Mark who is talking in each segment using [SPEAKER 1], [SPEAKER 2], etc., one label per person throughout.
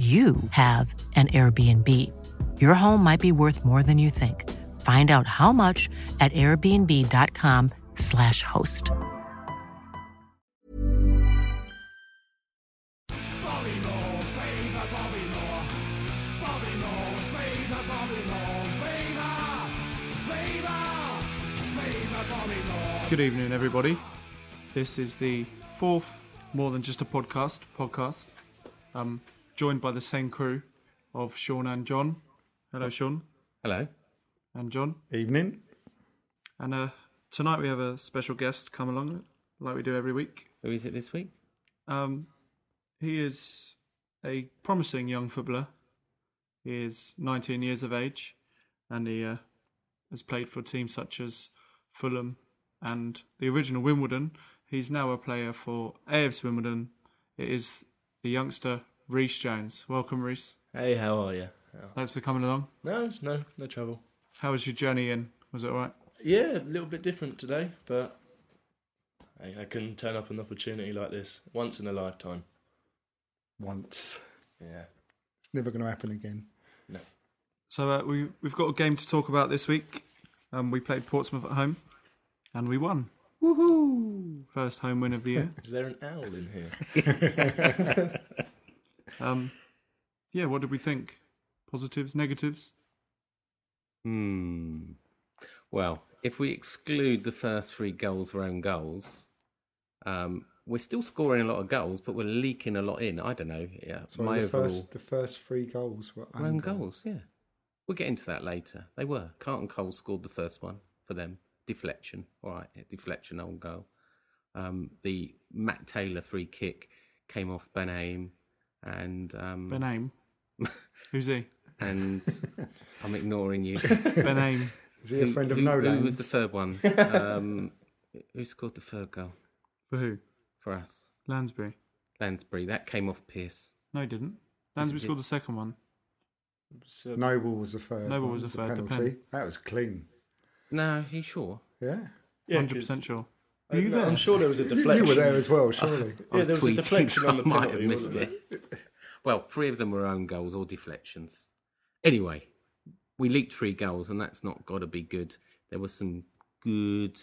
[SPEAKER 1] you have an Airbnb. Your home might be worth more than you think. Find out how much at airbnb.com/slash host.
[SPEAKER 2] Good evening, everybody. This is the fourth, more than just a podcast, podcast. Um, joined by the same crew of Sean and John. Hello, Sean
[SPEAKER 3] Hello.
[SPEAKER 2] and John.
[SPEAKER 4] Evening.
[SPEAKER 2] And uh, tonight we have a special guest come along, like we do every week.
[SPEAKER 3] Who is it this week?
[SPEAKER 2] Um, he is a promising young footballer. He is 19 years of age, and he uh, has played for teams such as Fulham and the original Wimbledon. He's now a player for AFC Wimbledon. It is the youngster Reece Jones. Welcome, Reece.
[SPEAKER 5] Hey, how are you?
[SPEAKER 2] Thanks for coming along.
[SPEAKER 5] No, it's no, no trouble.
[SPEAKER 2] How was your journey in? Was it all right?
[SPEAKER 5] Yeah, a little bit different today, but hey, I couldn't turn up an opportunity like this once in a lifetime.
[SPEAKER 4] Once.
[SPEAKER 5] Yeah.
[SPEAKER 4] It's never going to happen again.
[SPEAKER 2] So uh, we we've got a game to talk about this week. Um, we played Portsmouth at home, and we won. Woohoo! First home win of the year.
[SPEAKER 5] Is there an owl in here?
[SPEAKER 2] um, yeah, what did we think? Positives, negatives?
[SPEAKER 3] Hmm. Well, if we exclude the first three goals were own goals, um, we're still scoring a lot of goals, but we're leaking a lot in. I don't know. Yeah,
[SPEAKER 4] So
[SPEAKER 3] my
[SPEAKER 4] the
[SPEAKER 3] overall
[SPEAKER 4] first the first three goals were
[SPEAKER 3] were own goals. Yeah, we'll get into that later. They were Carlton Cole scored the first one for them. Deflection. All right, yeah, deflection on goal. Um, the Matt Taylor free kick came off Ben Aim and um,
[SPEAKER 2] Ben Aim. Who's he?
[SPEAKER 3] and I'm ignoring you.
[SPEAKER 2] Ben Aim.
[SPEAKER 4] Is he a
[SPEAKER 3] Who-
[SPEAKER 4] friend of
[SPEAKER 3] who,
[SPEAKER 4] no
[SPEAKER 3] Who was
[SPEAKER 4] names?
[SPEAKER 3] the third one? Um, who scored the third goal
[SPEAKER 2] For who?
[SPEAKER 3] for us?
[SPEAKER 2] Lansbury.
[SPEAKER 3] Lansbury. That came off Pierce.
[SPEAKER 2] No, he didn't.
[SPEAKER 3] it
[SPEAKER 2] Lansbury
[SPEAKER 3] did.
[SPEAKER 2] scored the second one.
[SPEAKER 5] So,
[SPEAKER 4] Noble was the third.
[SPEAKER 2] Noble
[SPEAKER 4] one,
[SPEAKER 2] was the
[SPEAKER 4] it's a
[SPEAKER 2] third, the
[SPEAKER 4] penalty.
[SPEAKER 2] pen.
[SPEAKER 4] That was clean.
[SPEAKER 3] No, he sure.
[SPEAKER 4] Yeah.
[SPEAKER 5] Yeah, 'cause-
[SPEAKER 2] 100% sure.
[SPEAKER 5] I-
[SPEAKER 2] Were you
[SPEAKER 5] no,
[SPEAKER 2] there?
[SPEAKER 5] I'm sure there was a deflection.
[SPEAKER 4] You were there as well, surely.
[SPEAKER 3] I
[SPEAKER 5] Yeah, there was a
[SPEAKER 3] tweeting,
[SPEAKER 5] deflection on the
[SPEAKER 3] I might
[SPEAKER 5] penalty,
[SPEAKER 3] have missed
[SPEAKER 5] wasn't
[SPEAKER 3] it. well, three of them were own goals or deflections. Anyway, we leaked three goals, and that's not got to be good. There were some good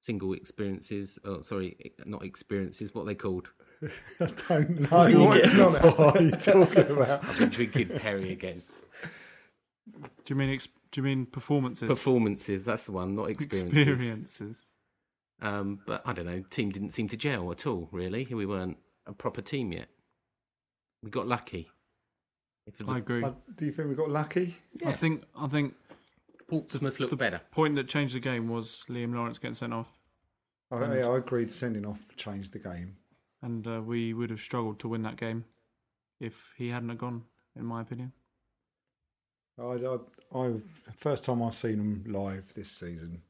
[SPEAKER 3] single experiences. Oh, sorry, not experiences. What are they called?
[SPEAKER 4] I don't know what's on it. What are you talking about?
[SPEAKER 3] Drinking Perry again.
[SPEAKER 2] Do you mean ex- do you mean performances?
[SPEAKER 3] Performances. That's the one. Not experiences.
[SPEAKER 2] Experiences.
[SPEAKER 3] Um, but I don't know, team didn't seem to gel at all, really. We weren't a proper team yet. We got lucky. If
[SPEAKER 2] I
[SPEAKER 3] the
[SPEAKER 2] agree.
[SPEAKER 4] I- do you think we got lucky?
[SPEAKER 2] I think I think
[SPEAKER 3] Portsmouth looked better.
[SPEAKER 2] point that changed the game was Liam Lawrence getting sent off.
[SPEAKER 4] I, yeah, I agreed sending off changed the game.
[SPEAKER 2] and uh, we would have struggled to win that game if he hadn't have gone, in my opinion.
[SPEAKER 4] I, I, I first time I've seen them live this season,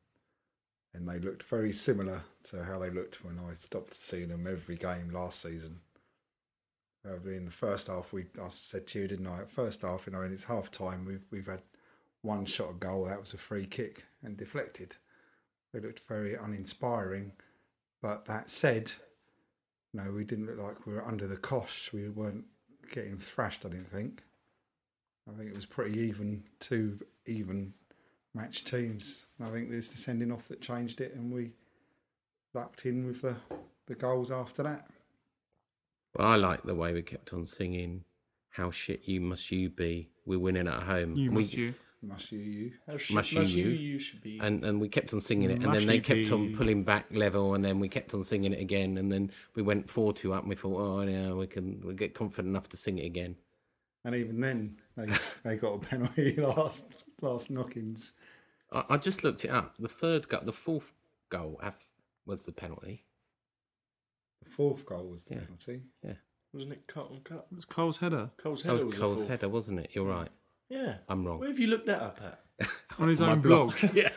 [SPEAKER 4] and they looked very similar to how they looked when I stopped seeing them every game last season. I mean, the first half we I said to you, didn't I? First half, you know, and it's half time. We've we've had one shot at goal. That was a free kick and deflected. They looked very uninspiring. But that said, no, we didn't look like we were under the cosh. We weren't getting thrashed. I didn't think. I think it was pretty even, two even match teams. And I think there's the sending off that changed it, and we lucked in with the, the goals after that.
[SPEAKER 3] Well, I like the way we kept on singing How shit you must you be? We're winning at home.
[SPEAKER 2] You
[SPEAKER 3] And Mm. we-
[SPEAKER 2] must you.
[SPEAKER 4] Must you, you.
[SPEAKER 5] How sh-
[SPEAKER 3] Must you,
[SPEAKER 5] must you,
[SPEAKER 3] you.
[SPEAKER 5] you should be.
[SPEAKER 3] and and we kept on singing it, and then they kept on
[SPEAKER 2] Mushy
[SPEAKER 3] pulling back level, and then we kept on singing it again, and then we went four two up, and we thought, oh yeah, we can we get confident enough to sing it again.
[SPEAKER 4] And even then, they they got a penalty last last knockings.
[SPEAKER 3] I, I just looked it up. The third goal, the fourth goal af- was the penalty.
[SPEAKER 4] The fourth goal was the
[SPEAKER 3] Yeah.
[SPEAKER 4] penalty.
[SPEAKER 3] Yeah,
[SPEAKER 5] Wasn't it Carlton Cup?
[SPEAKER 2] It was Cole's header
[SPEAKER 5] Cole's
[SPEAKER 3] that
[SPEAKER 5] header.
[SPEAKER 3] was
[SPEAKER 5] was the
[SPEAKER 3] Cole's
[SPEAKER 5] fourth.
[SPEAKER 3] header, wasn't it? You're right.
[SPEAKER 5] Yeah.
[SPEAKER 3] I'm wrong.
[SPEAKER 5] Where have you looked that up at?
[SPEAKER 2] on his
[SPEAKER 3] My
[SPEAKER 2] own blog.
[SPEAKER 3] yeah,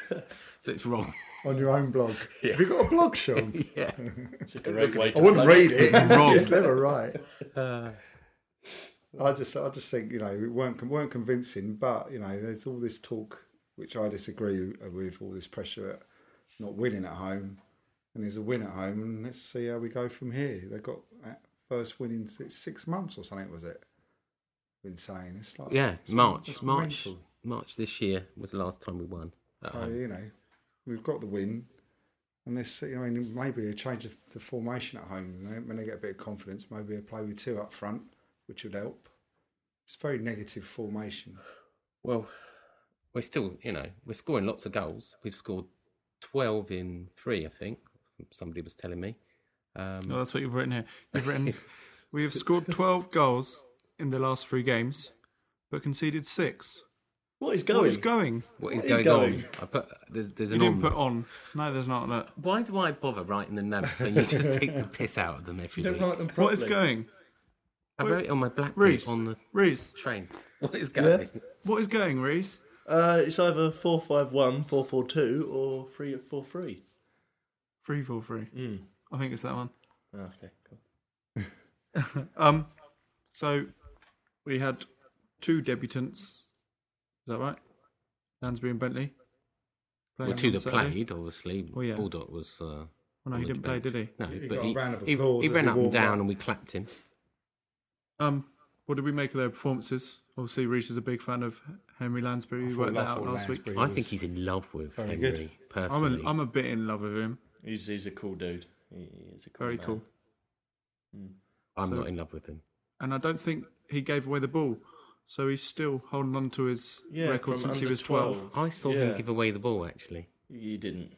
[SPEAKER 3] so it's wrong.
[SPEAKER 4] On your own blog. Have you got a blog, Sean?
[SPEAKER 3] yeah.
[SPEAKER 5] It's a great way
[SPEAKER 4] I
[SPEAKER 5] to
[SPEAKER 4] wouldn't
[SPEAKER 5] plug
[SPEAKER 4] read
[SPEAKER 5] it.
[SPEAKER 4] it.
[SPEAKER 2] Wrong.
[SPEAKER 4] it's never right.
[SPEAKER 3] Uh.
[SPEAKER 4] I just, I just think you know, it weren't weren't convincing. But you know, there's all this talk, which I disagree with. All this pressure at not winning at home, and there's a win at home, and let's see how we go from here. They got that first win in six, six months or something, was it? Been saying it's like
[SPEAKER 3] Yeah,
[SPEAKER 4] it's-
[SPEAKER 3] March,
[SPEAKER 4] it's
[SPEAKER 3] March,
[SPEAKER 4] mental.
[SPEAKER 3] March this year was the last time we won. Um, at
[SPEAKER 4] So
[SPEAKER 3] home.
[SPEAKER 4] you know, we've got the win, and let's see. I mean, maybe a change of the formation at home you know, when they get a bit of confidence. Maybe a play with two up front, which would help. It's a very negative formation.
[SPEAKER 3] Well, we're still, you know, we're scoring lots of goals. We've scored 12 in three, I think. Somebody was telling me. Um,
[SPEAKER 2] No, that's what you've written here. You've written, we have scored 12 goals in the last three games, but conceded six.
[SPEAKER 5] What is going?
[SPEAKER 2] What is going?
[SPEAKER 3] what is
[SPEAKER 5] What
[SPEAKER 3] going,
[SPEAKER 5] is
[SPEAKER 3] on?
[SPEAKER 5] going?
[SPEAKER 3] I put there's, there's
[SPEAKER 2] You
[SPEAKER 3] an
[SPEAKER 2] didn't
[SPEAKER 3] on.
[SPEAKER 2] put on. No, there's not that.
[SPEAKER 3] Why do I bother writing the notes when you just take the piss out of them every
[SPEAKER 5] you don't
[SPEAKER 3] week?
[SPEAKER 5] write them properly.
[SPEAKER 2] What is going?
[SPEAKER 3] I wrote it on my black
[SPEAKER 2] Reese.
[SPEAKER 3] on the
[SPEAKER 2] Reese.
[SPEAKER 3] train. What is going?
[SPEAKER 2] What is going, Reese?
[SPEAKER 5] Uh, it's either 451, 442, or 343.
[SPEAKER 2] Three four three.
[SPEAKER 5] Mm.
[SPEAKER 2] I think it's that one.
[SPEAKER 5] Ah, Okay, cool.
[SPEAKER 2] Um, so we had two debutants. Is that right? Lansbury and Bentley.
[SPEAKER 3] Well, two
[SPEAKER 2] on
[SPEAKER 3] that
[SPEAKER 2] Saturday.
[SPEAKER 3] played, obviously.
[SPEAKER 2] Oh, yeah.
[SPEAKER 3] Baldock was. Uh, well,
[SPEAKER 2] no, he didn't play, did he?
[SPEAKER 3] No,
[SPEAKER 4] He
[SPEAKER 3] but
[SPEAKER 4] got a
[SPEAKER 3] he,
[SPEAKER 4] round of
[SPEAKER 3] he,
[SPEAKER 4] applause
[SPEAKER 3] he
[SPEAKER 4] as
[SPEAKER 3] ran
[SPEAKER 4] he
[SPEAKER 3] up and
[SPEAKER 4] walked
[SPEAKER 3] down
[SPEAKER 4] up.
[SPEAKER 3] and we clapped him.
[SPEAKER 2] Um, what did we make of their performances? Obviously, Reese is a big fan of Henry Lansbury.
[SPEAKER 4] I
[SPEAKER 2] We
[SPEAKER 4] thought
[SPEAKER 2] worked that out
[SPEAKER 4] Laugh or
[SPEAKER 2] last week.
[SPEAKER 4] Lansbury
[SPEAKER 3] I
[SPEAKER 4] was-
[SPEAKER 3] think he's in love with
[SPEAKER 4] Very
[SPEAKER 3] Henry,
[SPEAKER 4] good.
[SPEAKER 3] personally.
[SPEAKER 2] I'm a, I'm a bit in love with him.
[SPEAKER 5] He's, he's a cool dude. He, he's a cool
[SPEAKER 2] Very
[SPEAKER 5] man. Hmm.
[SPEAKER 2] cool.
[SPEAKER 3] I'm
[SPEAKER 2] so-
[SPEAKER 3] not in love with him.
[SPEAKER 2] And I don't think he gave away the ball, so he's still holding on to his
[SPEAKER 5] Yeah,
[SPEAKER 2] record
[SPEAKER 5] from
[SPEAKER 2] since he
[SPEAKER 5] under
[SPEAKER 2] was 12.
[SPEAKER 5] 12.
[SPEAKER 3] I saw
[SPEAKER 5] Yeah.
[SPEAKER 3] him give away the ball, actually.
[SPEAKER 5] You didn't.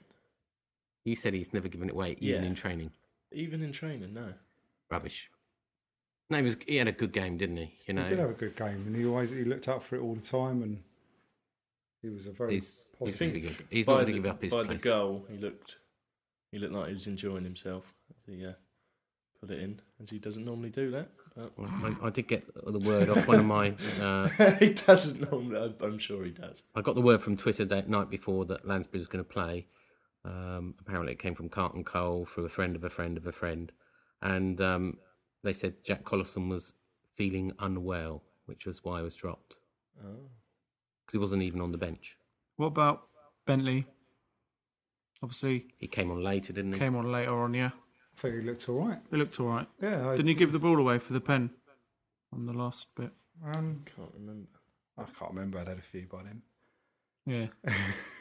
[SPEAKER 3] You said he's never given it away, even
[SPEAKER 5] Yeah.
[SPEAKER 3] in training.
[SPEAKER 5] Even in training, no.
[SPEAKER 3] Rubbish. No, he was. He had a good game, didn't he? You know,
[SPEAKER 4] He did have a good game, and he always he looked up for it all the time, and he was a very
[SPEAKER 3] He's- he's
[SPEAKER 4] positive.
[SPEAKER 3] really good. He's
[SPEAKER 5] by
[SPEAKER 3] not going
[SPEAKER 5] the-
[SPEAKER 3] to give up his
[SPEAKER 5] By the
[SPEAKER 3] place.
[SPEAKER 5] goal, he looked, he looked like he was enjoying himself. He uh, put it in, as he doesn't normally do that. But
[SPEAKER 3] Well, I, I did get the word off one of my. Uh,
[SPEAKER 5] he doesn't normally. I'm- I'm sure he does.
[SPEAKER 3] I got the word from Twitter that night before that Lansbury was going to play. Um, apparently, it came from Carton Cole through a friend of a friend of a friend, and um, they said Jack Collison was feeling unwell, which was why he was dropped
[SPEAKER 5] Oh.
[SPEAKER 3] because he wasn't even on the bench.
[SPEAKER 2] What about Bentley? Obviously,
[SPEAKER 3] He came on later, didn't he?
[SPEAKER 2] came on later on, yeah.
[SPEAKER 4] I think he looked all right.
[SPEAKER 2] He looked all right.
[SPEAKER 4] Yeah, I,
[SPEAKER 2] Didn't he give the ball away for the pen on the last bit?
[SPEAKER 4] um,
[SPEAKER 5] Can't remember.
[SPEAKER 4] I can't remember. I'd had a few by then.
[SPEAKER 2] Yeah.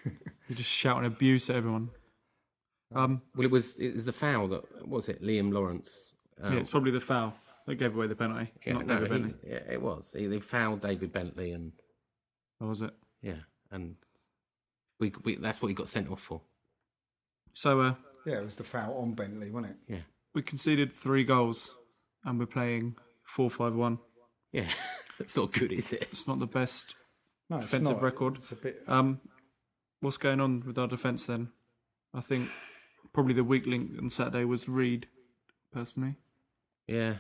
[SPEAKER 2] You're just shouting abuse at everyone. Um,
[SPEAKER 3] Well, it was it was the foul that what was it? Liam Lawrence. um,
[SPEAKER 2] yeah, it's probably the foul that gave away the penalty,
[SPEAKER 3] Oh. Yeah,
[SPEAKER 2] not
[SPEAKER 3] no,
[SPEAKER 2] David
[SPEAKER 3] he-
[SPEAKER 2] Bentley.
[SPEAKER 3] yeah, it was. He, they fouled David Bentley, and
[SPEAKER 2] Or was it?
[SPEAKER 3] yeah, and we, we that's what he got sent off for.
[SPEAKER 2] So uh,
[SPEAKER 4] Yeah, it was the foul on Bentley, wasn't it?
[SPEAKER 3] Yeah,
[SPEAKER 2] we conceded three goals and we're playing 4 5 1.
[SPEAKER 3] yeah, it's not good, is it?
[SPEAKER 2] It's not the best
[SPEAKER 4] No, it's
[SPEAKER 2] defensive
[SPEAKER 4] not.
[SPEAKER 2] record.
[SPEAKER 4] It's a bit.
[SPEAKER 2] Um, what's going on with our defence then? I think probably the weak link on Saturday was Reed, personally.
[SPEAKER 3] Yeah,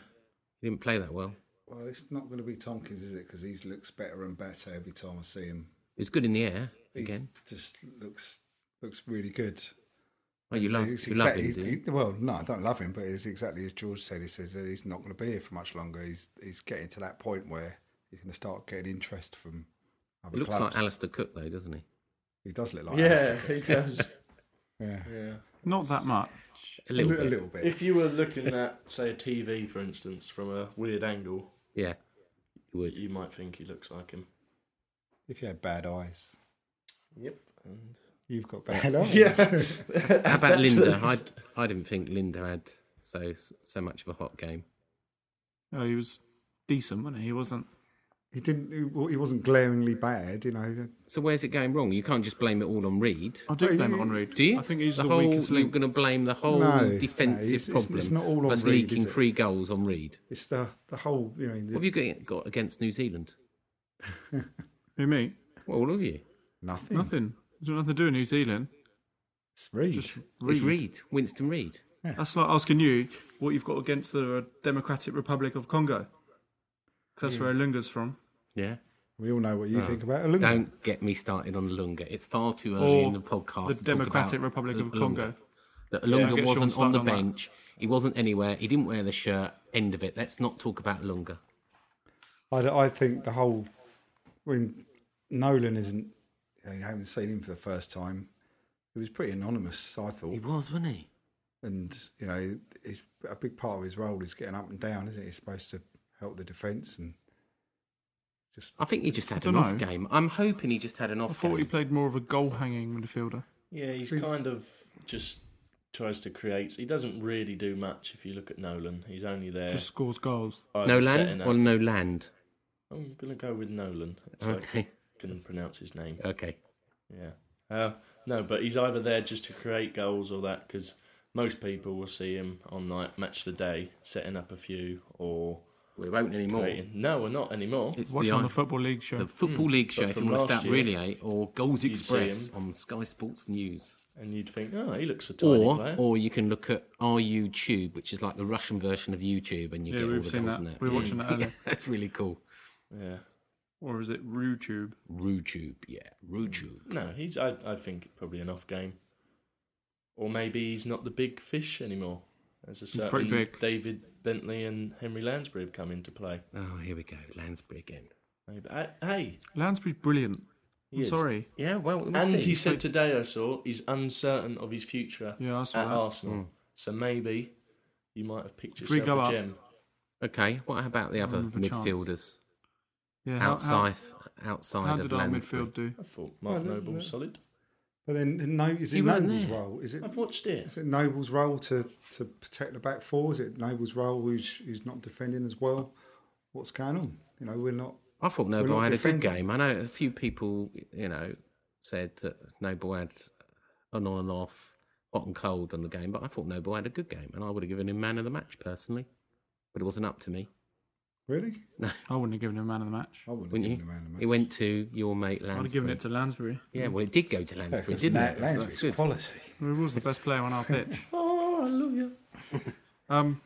[SPEAKER 3] he didn't play that well.
[SPEAKER 4] Well, it's not going to be Tompkins, is it? Because he looks better and better every time I see him.
[SPEAKER 3] He was good in the air
[SPEAKER 4] He
[SPEAKER 3] again.
[SPEAKER 4] just looks looks really good.
[SPEAKER 3] Oh, you love,
[SPEAKER 4] It's
[SPEAKER 3] you love
[SPEAKER 4] exactly-
[SPEAKER 3] him, do you?
[SPEAKER 4] he- well, no, I don't love him, but it's exactly as George said. He said that he's not going to be here for much longer. He's he's getting to that point where he's going to start getting interest from other
[SPEAKER 3] He looks
[SPEAKER 4] clubs.
[SPEAKER 3] like Alistair Cook, though, doesn't he?
[SPEAKER 4] He does look like
[SPEAKER 5] yeah,
[SPEAKER 4] Alistair.
[SPEAKER 5] he does.
[SPEAKER 4] yeah,
[SPEAKER 5] yeah.
[SPEAKER 2] Not that much.
[SPEAKER 3] A little,
[SPEAKER 4] a
[SPEAKER 3] bit.
[SPEAKER 4] little bit.
[SPEAKER 5] If you were looking at, say, a TV, for instance, from a weird angle,
[SPEAKER 3] Yeah, he would.
[SPEAKER 5] you might think he looks like him.
[SPEAKER 4] If you had bad eyes,
[SPEAKER 5] Yep. And
[SPEAKER 4] you've got bad eyes.
[SPEAKER 5] Yeah.
[SPEAKER 3] How about Linda? I, I didn't think Linda had so so much of a hot game.
[SPEAKER 2] Oh, he was decent, wasn't he? He wasn't.
[SPEAKER 4] He didn't. He, well, he wasn't glaringly bad, you know.
[SPEAKER 3] So where's it going wrong? You can't just blame it all on Reed.
[SPEAKER 2] I do
[SPEAKER 4] Well,
[SPEAKER 2] blame
[SPEAKER 4] he-
[SPEAKER 2] it on Reed.
[SPEAKER 3] Do you?
[SPEAKER 2] I think he's
[SPEAKER 3] the,
[SPEAKER 2] the,
[SPEAKER 3] whole.
[SPEAKER 2] weakest
[SPEAKER 3] You're
[SPEAKER 2] link.
[SPEAKER 3] going to blame the whole
[SPEAKER 4] No, no,
[SPEAKER 3] defensive
[SPEAKER 4] it's- it's-
[SPEAKER 3] problem.
[SPEAKER 4] it's not all on
[SPEAKER 3] us
[SPEAKER 4] Reed,
[SPEAKER 3] leaking
[SPEAKER 4] is it?
[SPEAKER 3] three goals on Reed.
[SPEAKER 4] It's the the whole, you know. The,
[SPEAKER 3] What have you got- got against New Zealand?
[SPEAKER 2] Who me?
[SPEAKER 3] Well, all of you.
[SPEAKER 4] nothing.
[SPEAKER 2] Nothing. There's nothing to do in New Zealand.
[SPEAKER 4] It's Reed.
[SPEAKER 2] Just
[SPEAKER 3] It's
[SPEAKER 2] Reed.
[SPEAKER 3] Reed, Winston Reed.
[SPEAKER 2] That's like asking you what you've got against the Democratic Republic of Congo. 'Cause That's where Olunga's from.
[SPEAKER 3] Yeah.
[SPEAKER 4] we all know what you
[SPEAKER 3] Oh.
[SPEAKER 4] think about Olunga.
[SPEAKER 3] Don't get me started on Lunga. It's far too early
[SPEAKER 2] Or
[SPEAKER 3] in the podcast.
[SPEAKER 2] the
[SPEAKER 3] to talk
[SPEAKER 2] Democratic
[SPEAKER 3] about
[SPEAKER 2] Republic of
[SPEAKER 3] Lunga.
[SPEAKER 2] Congo.
[SPEAKER 3] That
[SPEAKER 2] Yeah,
[SPEAKER 3] Lunga
[SPEAKER 2] get Sean
[SPEAKER 3] wasn't on
[SPEAKER 2] started
[SPEAKER 3] the
[SPEAKER 2] on that.
[SPEAKER 3] bench. He wasn't anywhere. He didn't wear the shirt. End of it. Let's not talk about Lunga.
[SPEAKER 4] I, I think the whole when Nolan isn't, you, know, you haven't seen him for the first time. He was pretty anonymous, I
[SPEAKER 3] He
[SPEAKER 4] thought,
[SPEAKER 3] was, wasn't he?
[SPEAKER 4] and you know, it's a big part of his role is getting up and down, isn't it? He's supposed to help the defence and just
[SPEAKER 3] I think he just had
[SPEAKER 2] I
[SPEAKER 3] an
[SPEAKER 2] dunno.
[SPEAKER 3] off game. I'm hoping he just had an
[SPEAKER 2] I
[SPEAKER 3] off
[SPEAKER 2] thought he
[SPEAKER 3] game.
[SPEAKER 2] played more of a goal hanging midfielder.
[SPEAKER 5] Yeah, he's
[SPEAKER 4] He's-
[SPEAKER 5] kind of just tries to create. He doesn't really do much if you look at Nolan. He's only there.
[SPEAKER 2] Just scores goals.
[SPEAKER 5] either
[SPEAKER 3] No
[SPEAKER 5] setting
[SPEAKER 3] land
[SPEAKER 5] up-
[SPEAKER 3] or no land.
[SPEAKER 5] I'm gonna go with Nolan. It's
[SPEAKER 3] Okay.
[SPEAKER 5] Like, can pronounce his name.
[SPEAKER 3] Okay.
[SPEAKER 5] Yeah. Uh, no, but he's either there just to create goals or that because most people will see him on like match the day setting up a few or
[SPEAKER 3] We won't anymore.
[SPEAKER 5] creating. No, we're not anymore.
[SPEAKER 3] It's
[SPEAKER 2] Watch
[SPEAKER 3] the,
[SPEAKER 2] him on
[SPEAKER 3] i-
[SPEAKER 2] the Football League show.
[SPEAKER 3] the Football League show
[SPEAKER 5] Hmm. But
[SPEAKER 3] if you
[SPEAKER 5] from
[SPEAKER 3] want to
[SPEAKER 5] last
[SPEAKER 3] start
[SPEAKER 5] year,
[SPEAKER 3] really eight or Goals
[SPEAKER 5] you'd see
[SPEAKER 3] Express
[SPEAKER 5] him.
[SPEAKER 3] on Sky Sports News.
[SPEAKER 5] And you'd think, oh, he looks a tiny
[SPEAKER 3] Or
[SPEAKER 5] player.
[SPEAKER 3] or you can look at our YouTube, which is like the Russian version of YouTube and you
[SPEAKER 2] Yeah,
[SPEAKER 3] get all the
[SPEAKER 2] we've
[SPEAKER 3] goals
[SPEAKER 2] seen
[SPEAKER 3] in
[SPEAKER 2] that.
[SPEAKER 3] there.
[SPEAKER 2] We were watching that earlier.
[SPEAKER 3] that's really cool.
[SPEAKER 5] yeah.
[SPEAKER 2] Or is it RuTube?
[SPEAKER 3] RuTube, yeah. RuTube.
[SPEAKER 5] No, he's. I, I think probably an off game. Or maybe he's not the big fish anymore. As a
[SPEAKER 2] He's pretty
[SPEAKER 5] certain
[SPEAKER 2] big.
[SPEAKER 5] David Bentley and Henry Lansbury have come into play.
[SPEAKER 3] Oh, here we go. Lansbury again.
[SPEAKER 5] Maybe. I- Hey,
[SPEAKER 2] Lansbury's brilliant.
[SPEAKER 5] he
[SPEAKER 2] I'm
[SPEAKER 5] is.
[SPEAKER 2] sorry.
[SPEAKER 3] Yeah, well, we'll
[SPEAKER 5] And
[SPEAKER 3] see.
[SPEAKER 5] he said today, I saw, he's uncertain of his future
[SPEAKER 2] Yeah, I
[SPEAKER 5] at
[SPEAKER 2] saw that.
[SPEAKER 5] Arsenal.
[SPEAKER 3] Mm.
[SPEAKER 5] So maybe you might have picked
[SPEAKER 2] If we
[SPEAKER 5] yourself
[SPEAKER 2] go up-
[SPEAKER 5] a gem.
[SPEAKER 3] Okay, what about the other
[SPEAKER 2] Another chance.
[SPEAKER 3] midfielders?
[SPEAKER 2] Yeah, how- how-
[SPEAKER 3] outside outside
[SPEAKER 2] How
[SPEAKER 3] of
[SPEAKER 2] did our
[SPEAKER 3] Lansbury.
[SPEAKER 2] midfield do?
[SPEAKER 5] I thought Mark
[SPEAKER 4] Oh, no,
[SPEAKER 5] Noble's
[SPEAKER 4] no.
[SPEAKER 5] solid.
[SPEAKER 4] But then, no, is
[SPEAKER 3] You
[SPEAKER 4] it
[SPEAKER 3] weren't
[SPEAKER 4] Noble's
[SPEAKER 3] there.
[SPEAKER 4] role? Is it
[SPEAKER 5] I've watched it.
[SPEAKER 4] is it Noble's role to, to protect the back four? Is it Noble's role who's, who's not defending as well? What's going on? You know, we're not.
[SPEAKER 3] I thought
[SPEAKER 4] We're
[SPEAKER 3] Noble
[SPEAKER 4] not
[SPEAKER 3] had a
[SPEAKER 4] defending.
[SPEAKER 3] good game. I know a few people, you know, said that Noble had an on and off, hot and cold on the game, but I thought Noble had a good game, and I would have given him man of the match personally, but it wasn't up to me.
[SPEAKER 4] Really?
[SPEAKER 3] No,
[SPEAKER 2] I wouldn't have given him man of the match.
[SPEAKER 4] I wouldn't have
[SPEAKER 3] wouldn't
[SPEAKER 4] given
[SPEAKER 3] you?
[SPEAKER 4] him man of the
[SPEAKER 3] It
[SPEAKER 4] match.
[SPEAKER 3] went to your mate Lansbury.
[SPEAKER 2] I'd have given it to Lansbury.
[SPEAKER 3] Yeah, well, it did go to
[SPEAKER 4] Yeah,
[SPEAKER 3] Lansbury,
[SPEAKER 4] 'cause
[SPEAKER 3] didn't
[SPEAKER 4] Lan-
[SPEAKER 3] it? That's
[SPEAKER 4] Lansbury's
[SPEAKER 3] good.
[SPEAKER 4] quality.
[SPEAKER 2] He was the best player on our pitch.
[SPEAKER 5] Oh, I love you.
[SPEAKER 2] Um,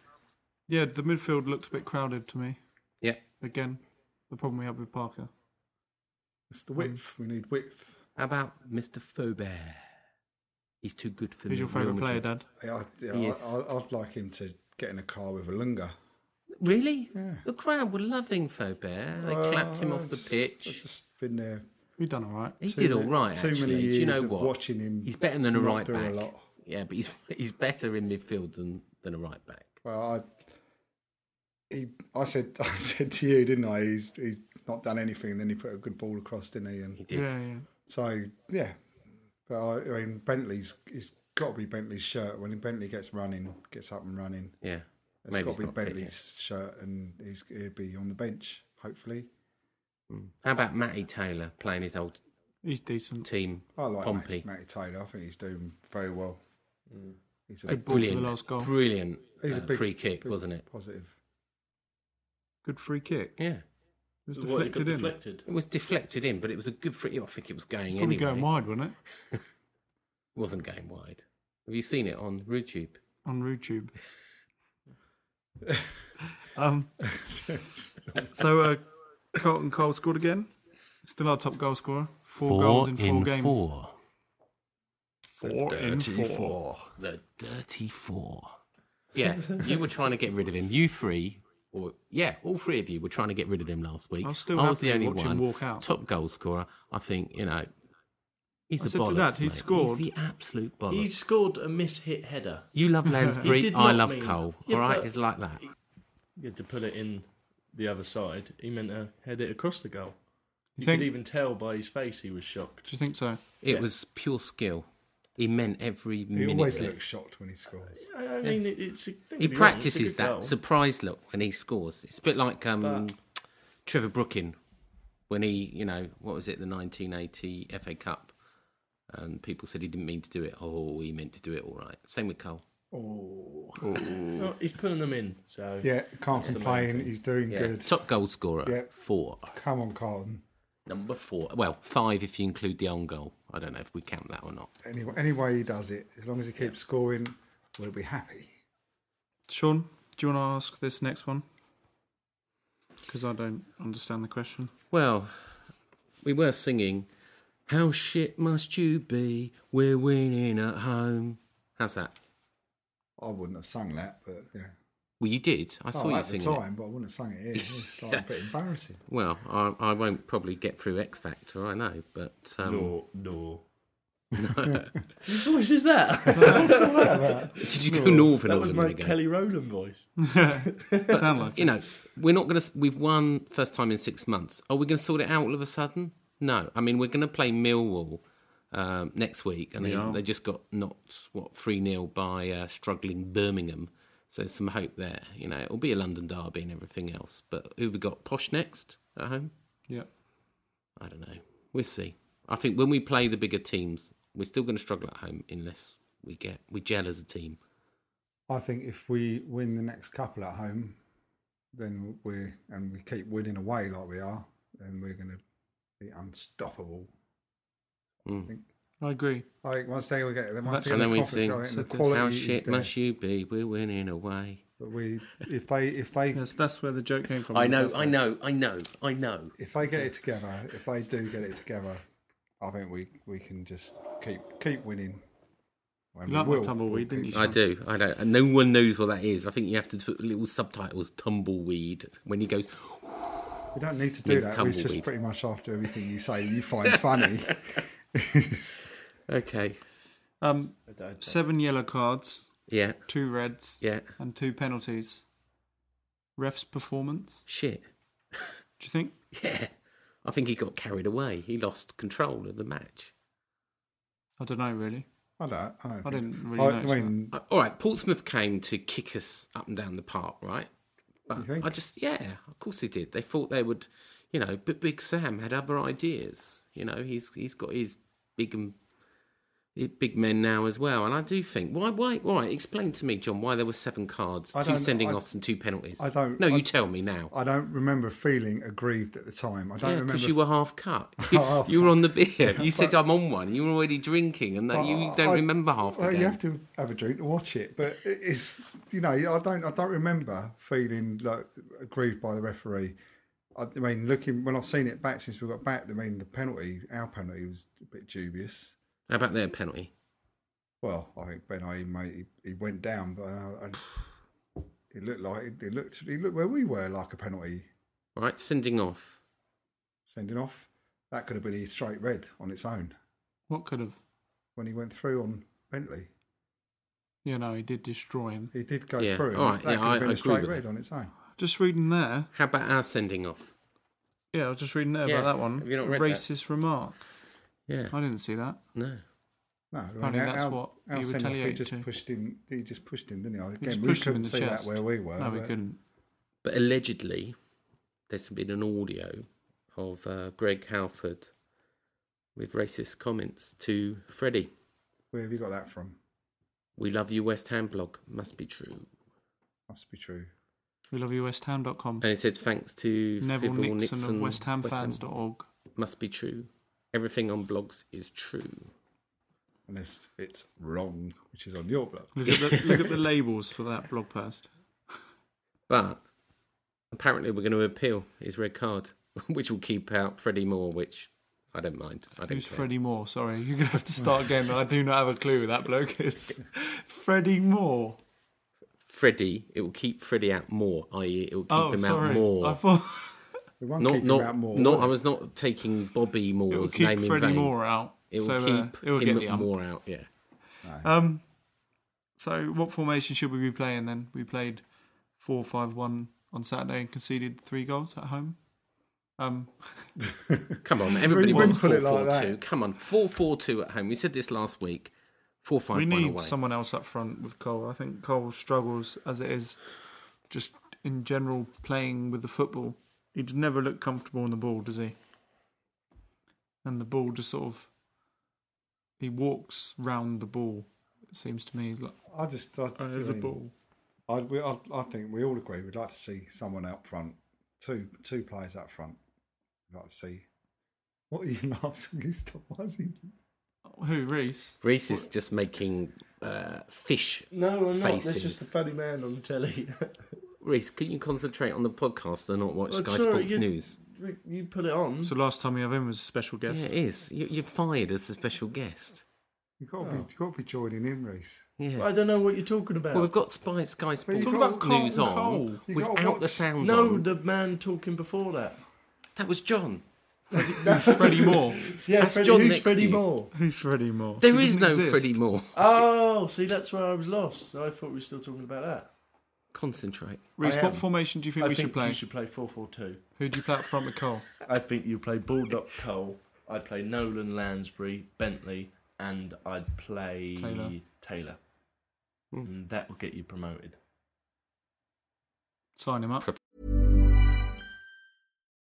[SPEAKER 2] yeah, the midfield looked a bit crowded to me.
[SPEAKER 3] Yeah.
[SPEAKER 2] Again, the problem we had with Parker.
[SPEAKER 4] It's the
[SPEAKER 3] Mm.
[SPEAKER 4] width. We need width.
[SPEAKER 3] How about Mr. Faubert? He's too good for
[SPEAKER 2] Who's your
[SPEAKER 3] Real
[SPEAKER 2] favourite player,
[SPEAKER 3] Madrid.
[SPEAKER 2] Dad?
[SPEAKER 4] Yeah, I, yeah,
[SPEAKER 3] Yes.
[SPEAKER 4] I, I, I'd like him to get in a car with a lunga.
[SPEAKER 3] Really?
[SPEAKER 4] Yeah.
[SPEAKER 3] The crowd were loving Faubert. They clapped him off the
[SPEAKER 4] I've
[SPEAKER 3] pitch.
[SPEAKER 4] just been there.
[SPEAKER 2] We've done all right.
[SPEAKER 3] He
[SPEAKER 4] too
[SPEAKER 3] did all
[SPEAKER 4] many-
[SPEAKER 3] right.
[SPEAKER 4] too many
[SPEAKER 3] actually. Do you
[SPEAKER 4] years
[SPEAKER 3] know
[SPEAKER 4] of
[SPEAKER 3] what?
[SPEAKER 4] watching him
[SPEAKER 3] he's better than a
[SPEAKER 4] not
[SPEAKER 3] right
[SPEAKER 4] do a
[SPEAKER 3] back.
[SPEAKER 4] lot.
[SPEAKER 3] Yeah, but he's he's better in midfield than, than a right back.
[SPEAKER 4] Well, I, he, I said, I said to you, didn't I? He's, he's not done anything. And then he put a good ball across, didn't he? And
[SPEAKER 3] He did.
[SPEAKER 2] Yeah, yeah.
[SPEAKER 4] So yeah, but I, I mean Bentley's it's got to be Bentley's shirt when Bentley gets running, gets up and running.
[SPEAKER 3] Yeah.
[SPEAKER 4] It's
[SPEAKER 3] Maybe
[SPEAKER 4] got
[SPEAKER 3] he's
[SPEAKER 4] to be
[SPEAKER 3] not fit yet.
[SPEAKER 4] Bentley's shirt, and he's he'll be on the bench hopefully.
[SPEAKER 3] Mm. How about Matty Taylor playing his old
[SPEAKER 2] He's decent.
[SPEAKER 3] team?
[SPEAKER 4] I like
[SPEAKER 3] Pompey.
[SPEAKER 4] Matty, Matty Taylor. I think he's doing very well.
[SPEAKER 5] Mm.
[SPEAKER 4] He's a,
[SPEAKER 2] Good ball for the
[SPEAKER 3] brilliant,
[SPEAKER 2] last goal.
[SPEAKER 3] brilliant
[SPEAKER 4] he's a
[SPEAKER 3] uh,
[SPEAKER 4] big,
[SPEAKER 3] free kick,
[SPEAKER 4] big
[SPEAKER 3] wasn't it?
[SPEAKER 4] Positive.
[SPEAKER 2] Good free kick.
[SPEAKER 3] Yeah.
[SPEAKER 2] It was
[SPEAKER 5] What, it
[SPEAKER 2] deflected
[SPEAKER 5] got
[SPEAKER 2] in. It's
[SPEAKER 5] deflected.
[SPEAKER 3] It was deflected in, but it was a good free. I think it was going
[SPEAKER 2] probably
[SPEAKER 3] anyway.
[SPEAKER 2] going wide, wasn't it?
[SPEAKER 3] It wasn't going wide. Have you seen it on YouTube?
[SPEAKER 2] On RuTube. um, so, uh, Carlton Cole scored again. Still our top goal scorer. Four, goals in four games. Four in four.
[SPEAKER 3] The dirty four. Yeah, you were trying to get rid of him. You three, or yeah, all three of you were trying to get rid of him last week.
[SPEAKER 2] I was still
[SPEAKER 3] was the
[SPEAKER 2] happy
[SPEAKER 3] only
[SPEAKER 2] watching
[SPEAKER 3] one.
[SPEAKER 2] him walk out.
[SPEAKER 3] Top goal scorer. I think you know. He's
[SPEAKER 2] I
[SPEAKER 3] the
[SPEAKER 2] said to
[SPEAKER 3] bollocks.
[SPEAKER 2] Dad, he
[SPEAKER 3] mate.
[SPEAKER 2] scored.
[SPEAKER 3] He's the absolute bollocks.
[SPEAKER 5] He scored a miss-hit header.
[SPEAKER 3] You love
[SPEAKER 5] He
[SPEAKER 3] Lansbury.
[SPEAKER 5] did
[SPEAKER 3] I
[SPEAKER 5] not
[SPEAKER 3] love
[SPEAKER 5] mean-
[SPEAKER 3] Cole.
[SPEAKER 5] Yeah,
[SPEAKER 3] all right,
[SPEAKER 5] but-
[SPEAKER 3] it's like that.
[SPEAKER 5] You had to put it in the other side. He meant to head it across the goal.
[SPEAKER 2] You
[SPEAKER 5] You
[SPEAKER 2] think?
[SPEAKER 5] could even tell by his face he was shocked.
[SPEAKER 2] Do you think so?
[SPEAKER 3] It
[SPEAKER 5] Yeah.
[SPEAKER 3] was pure skill. He meant
[SPEAKER 4] He
[SPEAKER 3] every minute.
[SPEAKER 4] always
[SPEAKER 3] of it.
[SPEAKER 4] looks shocked when he scores.
[SPEAKER 5] I, I mean, it, it's a, don't
[SPEAKER 3] He
[SPEAKER 5] get me wrong, it's a
[SPEAKER 3] practices
[SPEAKER 5] good
[SPEAKER 3] that
[SPEAKER 5] goal.
[SPEAKER 3] surprise look when he scores. It's a bit like um,
[SPEAKER 5] But-
[SPEAKER 3] Trevor Brookin when he, you know, what was it, the 1980 FA Cup, and people said he didn't mean to do it. Oh, he meant to do it all right. Same with Cole.
[SPEAKER 5] Oh, he's putting them in, so
[SPEAKER 4] Yeah, can't
[SPEAKER 5] That's the main
[SPEAKER 4] complain.
[SPEAKER 5] thing.
[SPEAKER 4] He's doing
[SPEAKER 3] Yeah.
[SPEAKER 4] good.
[SPEAKER 3] Top goal scorer,
[SPEAKER 4] Yeah.
[SPEAKER 3] four.
[SPEAKER 4] Come on, Carlton.
[SPEAKER 3] Number four. Well, five if you include the own goal. I don't know if we count that or not.
[SPEAKER 4] Any, any way he does it, as long as he keeps scoring, we'll be happy.
[SPEAKER 2] Sean, do you want to ask this next one? Because I don't understand the question.
[SPEAKER 3] Well, we were singing, How shit must you be? We're winning at home. How's that?
[SPEAKER 4] I wouldn't have sung that, but yeah.
[SPEAKER 3] Well, you did. I saw
[SPEAKER 4] oh,
[SPEAKER 3] you
[SPEAKER 4] at the
[SPEAKER 3] singing. it.
[SPEAKER 4] time, but I wouldn't have sung it here. It's like a bit embarrassing.
[SPEAKER 3] Well, I, I won't probably get through X Factor, I know, but um,
[SPEAKER 5] no, no. Whose voice is that?
[SPEAKER 3] did you go northern
[SPEAKER 5] that
[SPEAKER 3] all
[SPEAKER 5] was
[SPEAKER 3] a
[SPEAKER 5] my
[SPEAKER 3] minute ago?
[SPEAKER 5] Kelly Rowland voice.
[SPEAKER 2] Sound like
[SPEAKER 3] You know, we're not going to. We've won first time in six months. Are we going to sort it out all of a sudden? No. I mean, we're going to play Millwall um, next week, and
[SPEAKER 2] We
[SPEAKER 3] they,
[SPEAKER 2] are.
[SPEAKER 3] they just got knocked what three 0 by uh, struggling Birmingham. So there's some hope there. You know, it'll be a London derby and everything else. But who we got? Posh next at home.
[SPEAKER 2] yeah.
[SPEAKER 3] I don't know. We'll see. I think when we play the bigger teams, we're still going to struggle at home unless we get we gel as a team.
[SPEAKER 4] I think if we win the next couple at home, then we and we keep winning away like we are, then we're going to be unstoppable.
[SPEAKER 3] Mm.
[SPEAKER 2] I agree.
[SPEAKER 4] I think once they will get, then
[SPEAKER 2] That's-
[SPEAKER 4] once they get
[SPEAKER 3] And
[SPEAKER 4] the
[SPEAKER 3] then we
[SPEAKER 4] confidence,
[SPEAKER 3] sing,
[SPEAKER 4] I think the
[SPEAKER 3] "How
[SPEAKER 4] quality is
[SPEAKER 3] shit
[SPEAKER 4] there.
[SPEAKER 3] must you be? We're winning away."
[SPEAKER 4] But we, if they, if they,
[SPEAKER 2] Yes, that's where the joke came from.
[SPEAKER 3] I know, I know, I know, I know.
[SPEAKER 4] if they get it together, if they do get it together, I think we we can just keep keep winning. And
[SPEAKER 2] You like my tumbleweed, didn't you?
[SPEAKER 3] I do, I don't. And no one knows what that is. I think you have to put little subtitles, tumbleweed, when he goes.
[SPEAKER 4] We don't need to do
[SPEAKER 3] Means
[SPEAKER 4] that. It's just
[SPEAKER 3] tumbleweed.
[SPEAKER 4] pretty much after everything you say, you find funny.
[SPEAKER 3] Okay,
[SPEAKER 2] Um,
[SPEAKER 5] I don't know.
[SPEAKER 2] seven yellow cards,
[SPEAKER 3] yeah,
[SPEAKER 2] two reds,
[SPEAKER 3] yeah,
[SPEAKER 2] and two penalties. Ref's performance.
[SPEAKER 3] shit,
[SPEAKER 2] Do you think?
[SPEAKER 3] yeah. I think he got carried away. He lost control of the match.
[SPEAKER 2] I don't know really.
[SPEAKER 4] I don't. I don't.
[SPEAKER 2] I
[SPEAKER 4] think-
[SPEAKER 2] didn't really
[SPEAKER 4] I,
[SPEAKER 2] notice
[SPEAKER 4] I mean,
[SPEAKER 3] Uh, All right, Portsmouth came to kick us up and down the park, right? But
[SPEAKER 4] You think?
[SPEAKER 3] I just, yeah, of course they did. They thought they would, you know, but Big Sam had other ideas. You know, he's he's got his big and big men now as well. And I do think why why why explain to me, John, why there were seven cards,
[SPEAKER 4] I
[SPEAKER 3] two
[SPEAKER 4] don't-
[SPEAKER 3] sending
[SPEAKER 4] I-
[SPEAKER 3] offs and two penalties.
[SPEAKER 4] I don't-
[SPEAKER 3] No,
[SPEAKER 4] I-
[SPEAKER 3] you tell me now.
[SPEAKER 4] I don't remember feeling aggrieved at the time. I don't
[SPEAKER 3] Yeah,
[SPEAKER 4] remember.
[SPEAKER 3] because you were half cut. You,
[SPEAKER 4] Half
[SPEAKER 3] you were on the beer. You said
[SPEAKER 4] But-
[SPEAKER 3] I'm on one. You were already drinking, and that you
[SPEAKER 4] I-
[SPEAKER 3] don't
[SPEAKER 4] I-
[SPEAKER 3] remember half the
[SPEAKER 4] well,
[SPEAKER 3] game.
[SPEAKER 4] You have to have a drink to watch it, but it- it's you know I don't I don't remember feeling like aggrieved by the referee. I I mean, looking when I've seen it back since we got back, I mean the penalty, our penalty was a bit dubious.
[SPEAKER 3] How about their penalty?
[SPEAKER 4] Well, I think Ben I mate, he, he went down, but I, I- it looked like it looked it looked where we were like a penalty
[SPEAKER 3] Right, sending off.
[SPEAKER 4] sending off. That could have been a straight red on its own
[SPEAKER 2] what could have?
[SPEAKER 4] when he went through on Bentley.
[SPEAKER 2] You know, he did destroy him.
[SPEAKER 4] He did go
[SPEAKER 3] Yeah,
[SPEAKER 4] through.
[SPEAKER 3] all right,
[SPEAKER 4] that
[SPEAKER 3] yeah,
[SPEAKER 4] could have
[SPEAKER 3] I-
[SPEAKER 4] been a
[SPEAKER 3] I agree
[SPEAKER 4] straight
[SPEAKER 3] with
[SPEAKER 4] red
[SPEAKER 3] that.
[SPEAKER 4] on its own.
[SPEAKER 2] Just reading there.
[SPEAKER 3] How about our sending off?
[SPEAKER 2] Yeah, I was just reading there
[SPEAKER 3] Yeah,
[SPEAKER 2] about that one.
[SPEAKER 3] have you not
[SPEAKER 2] A
[SPEAKER 3] read that?
[SPEAKER 2] Racist remark.
[SPEAKER 3] Yeah.
[SPEAKER 2] I didn't see that.
[SPEAKER 3] No.
[SPEAKER 4] No, I
[SPEAKER 2] Apparently that's what he
[SPEAKER 4] send-off,
[SPEAKER 2] retaliated
[SPEAKER 4] just
[SPEAKER 2] to.
[SPEAKER 4] pushed him. He just pushed him, didn't he? Again,
[SPEAKER 2] He just
[SPEAKER 4] we
[SPEAKER 2] pushed him
[SPEAKER 4] couldn't
[SPEAKER 2] in the
[SPEAKER 4] see
[SPEAKER 2] chest.
[SPEAKER 4] that where we were.
[SPEAKER 2] No, we
[SPEAKER 4] but
[SPEAKER 2] couldn't.
[SPEAKER 3] But allegedly, there's been an audio of uh, Greg Halford with racist comments to Freddie.
[SPEAKER 4] Where have you got that from?
[SPEAKER 3] We love you, West Ham blog. Must be true.
[SPEAKER 4] Must be true.
[SPEAKER 2] We love you, westham.com.
[SPEAKER 3] And it says thanks to
[SPEAKER 2] Neville
[SPEAKER 3] Fivvel
[SPEAKER 2] Nixon, of
[SPEAKER 3] West Ham-
[SPEAKER 2] westhamfans.org.
[SPEAKER 3] Must be true. Everything on blogs is true.
[SPEAKER 4] Unless it's wrong, which is on your blog.
[SPEAKER 2] Look at, the, look at the labels for that blog post.
[SPEAKER 3] But apparently, we're going to appeal his red card, which will keep out Freddie Moore, which I don't mind. I don't
[SPEAKER 2] Who's
[SPEAKER 3] care.
[SPEAKER 2] Freddie Moore? Sorry, you're going to have to start again. I do not have a clue who that bloke is. Freddie Moore.
[SPEAKER 3] Freddie, it will keep Freddie out more, i.e., it will keep
[SPEAKER 2] oh,
[SPEAKER 3] him
[SPEAKER 2] sorry.
[SPEAKER 3] out more.
[SPEAKER 2] I thought
[SPEAKER 4] We won't
[SPEAKER 3] not
[SPEAKER 4] keep
[SPEAKER 3] not
[SPEAKER 4] him out more.
[SPEAKER 3] not. I was not taking Bobby
[SPEAKER 2] it will
[SPEAKER 3] Moore's
[SPEAKER 2] keep
[SPEAKER 3] name in
[SPEAKER 2] Freddie
[SPEAKER 3] vain.
[SPEAKER 2] Moore out.
[SPEAKER 3] It will
[SPEAKER 2] so, uh,
[SPEAKER 3] keep
[SPEAKER 2] it will get the
[SPEAKER 3] him
[SPEAKER 2] ump.
[SPEAKER 3] more out. Yeah,
[SPEAKER 2] Um, so, what formation should we be playing then? We played four-five-one on Saturday and conceded three goals at home. Um,
[SPEAKER 3] come on, everybody
[SPEAKER 4] When you
[SPEAKER 3] wants
[SPEAKER 4] put
[SPEAKER 3] four
[SPEAKER 4] it like
[SPEAKER 3] four two.
[SPEAKER 4] that.
[SPEAKER 3] Come on, four four two at home. We said this last week. Four five
[SPEAKER 2] we
[SPEAKER 3] one
[SPEAKER 2] need
[SPEAKER 3] away.
[SPEAKER 2] someone else up front with Cole. I think Cole struggles as it is, just in general playing with the football. He just never looked comfortable on the ball, does he? And the ball just sort of he walks round the ball. It seems to me like
[SPEAKER 4] I just I,
[SPEAKER 2] over the ball.
[SPEAKER 4] I, we, I, I think we all agree we'd like to see someone out front, two two players out front. We'd like to see. What are you laughing? You stop buzzing.
[SPEAKER 2] Who Reese?
[SPEAKER 3] Reese is just making uh, fish.
[SPEAKER 5] No, I'm not. There's
[SPEAKER 3] Faces.
[SPEAKER 5] just a funny man on the telly.
[SPEAKER 3] Reese, can you concentrate on the podcast and not watch
[SPEAKER 5] Well,
[SPEAKER 3] Sky
[SPEAKER 5] sorry,
[SPEAKER 3] Sports
[SPEAKER 5] you-
[SPEAKER 3] News?
[SPEAKER 5] you put it on.
[SPEAKER 2] So last time we have him was a special guest.
[SPEAKER 3] Yeah, it is. You, you're fired as a special guest.
[SPEAKER 4] You got to be you got to be joining in, Reese.
[SPEAKER 3] Yeah.
[SPEAKER 5] I don't know what you're talking about.
[SPEAKER 3] well, we've got Spy, Sky Sports
[SPEAKER 4] Talk about
[SPEAKER 2] Cole,
[SPEAKER 3] News on
[SPEAKER 2] Cole.
[SPEAKER 4] You gotta
[SPEAKER 3] without the
[SPEAKER 4] watch-
[SPEAKER 3] sound
[SPEAKER 5] no,
[SPEAKER 3] on.
[SPEAKER 5] the man talking before that.
[SPEAKER 3] That was John.
[SPEAKER 2] Freddie Moore.
[SPEAKER 5] Yeah,
[SPEAKER 3] That's
[SPEAKER 5] Freddie,
[SPEAKER 3] John
[SPEAKER 5] who's
[SPEAKER 3] next to
[SPEAKER 5] Freddie
[SPEAKER 3] you.
[SPEAKER 5] Moore?
[SPEAKER 2] Who's Freddie Moore?
[SPEAKER 3] There
[SPEAKER 2] He
[SPEAKER 3] is
[SPEAKER 2] doesn't
[SPEAKER 3] no
[SPEAKER 2] exist.
[SPEAKER 3] Freddie Moore.
[SPEAKER 5] Oh, see, that's where I was lost. I thought we were still talking about that.
[SPEAKER 3] Concentrate.
[SPEAKER 2] Reese,
[SPEAKER 5] I
[SPEAKER 2] what
[SPEAKER 5] am.
[SPEAKER 2] formation do you think
[SPEAKER 5] I
[SPEAKER 2] we
[SPEAKER 5] think
[SPEAKER 2] should play?
[SPEAKER 5] you should play 4-4-2.
[SPEAKER 2] Who do you play up front with Cole?
[SPEAKER 5] I think you play Bulldog Cole. I'd play Nolan Lansbury, Bentley, and I'd play
[SPEAKER 2] Taylor.
[SPEAKER 5] Taylor.
[SPEAKER 3] Hmm.
[SPEAKER 5] And that will get you promoted.
[SPEAKER 2] Sign him up.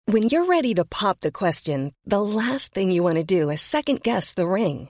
[SPEAKER 6] When you're ready to pop the question, the last thing you want to do is second guess the ring.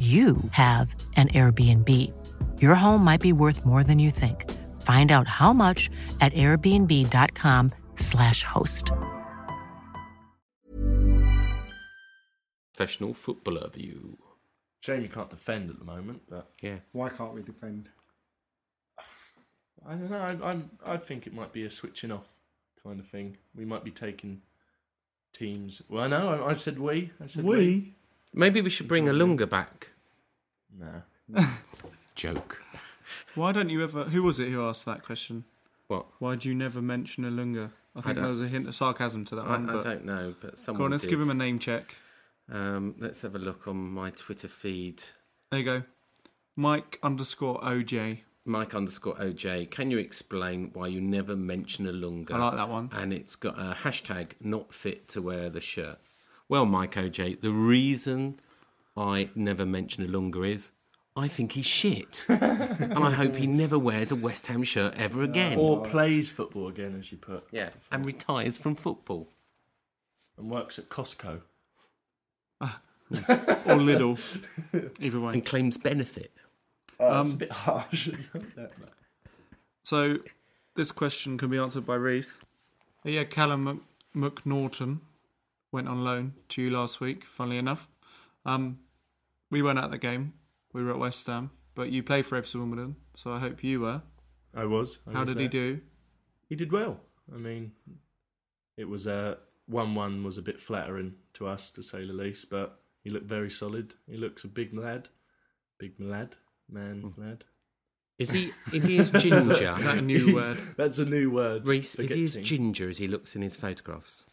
[SPEAKER 1] you have an Airbnb. Your home might be worth more than you think. Find out how much at airbnb.com/slash host.
[SPEAKER 3] Professional footballer view.
[SPEAKER 5] Shame you can't defend at the moment, but
[SPEAKER 3] Yeah.
[SPEAKER 4] Why can't we defend?
[SPEAKER 5] I don't know. I, I'm, I think it might be a switching off kind of thing. We might be taking teams. Well, I know. I, I've said we. I said we.
[SPEAKER 2] We?
[SPEAKER 3] Maybe we should bring Alunga back.
[SPEAKER 5] No.
[SPEAKER 3] Joke.
[SPEAKER 2] Why don't you ever? Who was it who asked that question?
[SPEAKER 3] What?
[SPEAKER 2] Why do you never mention Olunga? I think
[SPEAKER 3] don't-
[SPEAKER 2] there was a hint of sarcasm to that
[SPEAKER 3] I,
[SPEAKER 2] one.
[SPEAKER 3] I
[SPEAKER 2] but
[SPEAKER 3] don't know, but someone.
[SPEAKER 2] Go on, let's
[SPEAKER 3] did.
[SPEAKER 2] give him a name check.
[SPEAKER 3] Um, let's have a look on my Twitter feed.
[SPEAKER 2] There you go. Mike underscore OJ.
[SPEAKER 3] Mike underscore OJ, can you explain why you never mention a lunga?
[SPEAKER 2] I like that one.
[SPEAKER 3] And it's got a hashtag not fit to wear the shirt. Well, Mike OJ, the reason I never mention a lunga is I think he's shit. and I hope he never wears a West Ham shirt ever again.
[SPEAKER 5] Or plays football again, as you put.
[SPEAKER 3] yeah, and retires from football.
[SPEAKER 5] And works at Costco.
[SPEAKER 2] Or Lidl. Either way.
[SPEAKER 3] And claims benefit.
[SPEAKER 5] Oh, it's a
[SPEAKER 2] Um,
[SPEAKER 5] bit harsh.
[SPEAKER 2] So this question can be answered by Reese. Yeah, Callum Mc- McNaughton went on loan to you last week, funnily enough. Um, we weren't at the game. We were at West Ham. But you play for Epsom Wimbledon, so I hope you were.
[SPEAKER 5] I was. I
[SPEAKER 3] Oh,
[SPEAKER 2] How
[SPEAKER 5] was
[SPEAKER 2] did he
[SPEAKER 5] there.
[SPEAKER 2] do?
[SPEAKER 5] He did well. I mean, it was a one-one was a bit flattering to us, to say the least. But he looked very solid. He looks a big lad, big lad, man, lad.
[SPEAKER 3] Is he is he as ginger?
[SPEAKER 2] Is that a new word?
[SPEAKER 5] That's a new word.
[SPEAKER 3] Reese, is he as
[SPEAKER 5] Forgetting.
[SPEAKER 3] ginger as he looks in his photographs?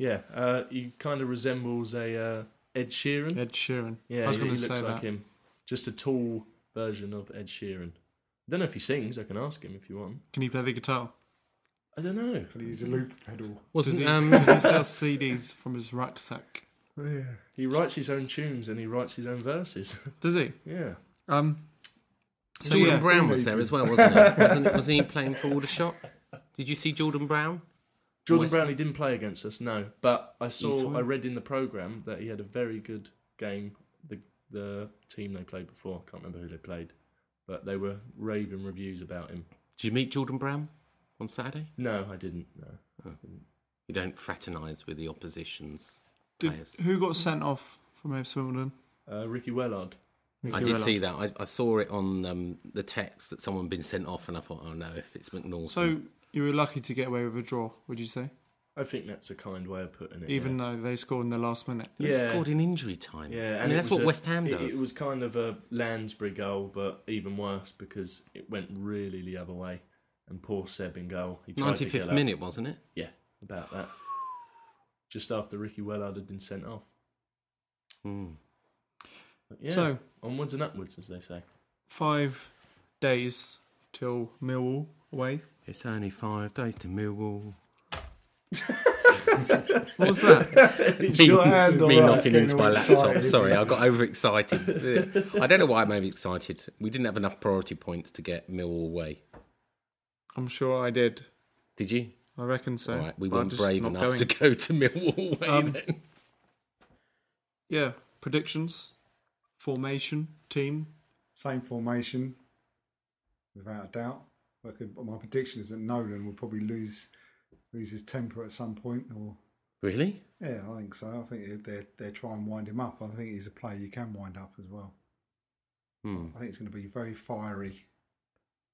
[SPEAKER 5] Yeah, uh, he kind of resembles a uh, Ed Sheeran.
[SPEAKER 2] Ed Sheeran.
[SPEAKER 5] yeah,
[SPEAKER 2] I was
[SPEAKER 5] he,
[SPEAKER 2] going
[SPEAKER 5] he
[SPEAKER 2] to
[SPEAKER 5] looks
[SPEAKER 2] say
[SPEAKER 5] like
[SPEAKER 2] that.
[SPEAKER 5] him. Just a tall version of Ed Sheeran. I don't know if he sings. I can ask him if you want.
[SPEAKER 2] Can you play the guitar?
[SPEAKER 5] I don't know.
[SPEAKER 4] Can he use a loop pedal?
[SPEAKER 2] Does
[SPEAKER 3] Wasn't
[SPEAKER 2] he,
[SPEAKER 3] um,
[SPEAKER 2] does he sell CDs from his rucksack?
[SPEAKER 4] Yeah.
[SPEAKER 5] He writes his own tunes and he writes his own verses.
[SPEAKER 2] Does he?
[SPEAKER 5] yeah.
[SPEAKER 2] Um, so
[SPEAKER 3] Jordan
[SPEAKER 2] yeah,
[SPEAKER 3] Brown was there as well, wasn't he? wasn't, wasn't he playing for Aldershot? Did you see Jordan Brown?
[SPEAKER 5] Jordan
[SPEAKER 3] West-
[SPEAKER 5] Brown, he didn't play against us, no. But I saw,
[SPEAKER 3] saw him?
[SPEAKER 5] I read in the programme that he had a very good game. The the team they played before, I can't remember who they played, but they were raving reviews about him.
[SPEAKER 3] Did you meet Jordan Brown on Saturday?
[SPEAKER 5] No, I didn't. No.
[SPEAKER 3] You don't fraternise with the opposition's
[SPEAKER 2] did-
[SPEAKER 3] players.
[SPEAKER 2] who got sent off from AFC Wimbledon?
[SPEAKER 5] Uh, Ricky Wellard.
[SPEAKER 3] I
[SPEAKER 2] Mickey
[SPEAKER 3] did
[SPEAKER 2] Rella.
[SPEAKER 3] see that. I, I saw it on um, the text that someone had been sent off, and I thought, oh no, if it's McNaughton.
[SPEAKER 2] So you were lucky to get away with a draw, would you say?
[SPEAKER 5] I think that's a kind way of putting it.
[SPEAKER 2] Even
[SPEAKER 5] yeah.
[SPEAKER 2] though they scored in the last minute.
[SPEAKER 3] They
[SPEAKER 5] yeah.
[SPEAKER 3] scored in injury time.
[SPEAKER 5] Yeah,
[SPEAKER 3] I mean,
[SPEAKER 5] it
[SPEAKER 3] that's
[SPEAKER 5] was
[SPEAKER 3] what
[SPEAKER 5] a-
[SPEAKER 3] West Ham
[SPEAKER 5] it-
[SPEAKER 3] does.
[SPEAKER 5] It, was kind of a Lansbury goal, but even worse because it went really the other way. And poor Seb in goal. He tried to get
[SPEAKER 3] 95th
[SPEAKER 5] up.
[SPEAKER 3] minute, wasn't it?
[SPEAKER 5] Yeah, about that. Just after Ricky Wellard had been sent off.
[SPEAKER 3] Mm.
[SPEAKER 5] But yeah,
[SPEAKER 2] So-
[SPEAKER 5] onwards and upwards, as they say.
[SPEAKER 2] Five days till Millwall away.
[SPEAKER 3] It's only five days to Millwall.
[SPEAKER 2] What was that?
[SPEAKER 5] It's
[SPEAKER 3] me,
[SPEAKER 5] your hand,
[SPEAKER 3] me
[SPEAKER 4] all right.
[SPEAKER 3] knocking into my
[SPEAKER 4] Getting all
[SPEAKER 3] laptop.
[SPEAKER 4] excited.
[SPEAKER 3] Sorry, I got overexcited. I don't know why I'm overexcited. We didn't have enough priority points to get Millwall away.
[SPEAKER 2] I'm sure I did.
[SPEAKER 3] Did you?
[SPEAKER 2] I reckon so.
[SPEAKER 3] All right, we
[SPEAKER 2] but I'm
[SPEAKER 3] weren't
[SPEAKER 2] just
[SPEAKER 3] brave
[SPEAKER 2] not
[SPEAKER 3] enough
[SPEAKER 2] going.
[SPEAKER 3] to go to Millwall away
[SPEAKER 2] Um,
[SPEAKER 3] then.
[SPEAKER 2] Yeah, predictions, formation, team.
[SPEAKER 4] Same formation, without a doubt. I could, but my prediction is that Nolan will probably lose lose his temper at some point, or
[SPEAKER 3] Really?
[SPEAKER 4] yeah, I think so. I think they're they're trying to wind him up. I think he's a player you can wind up as well.
[SPEAKER 3] Hmm.
[SPEAKER 4] I think it's going to be very fiery,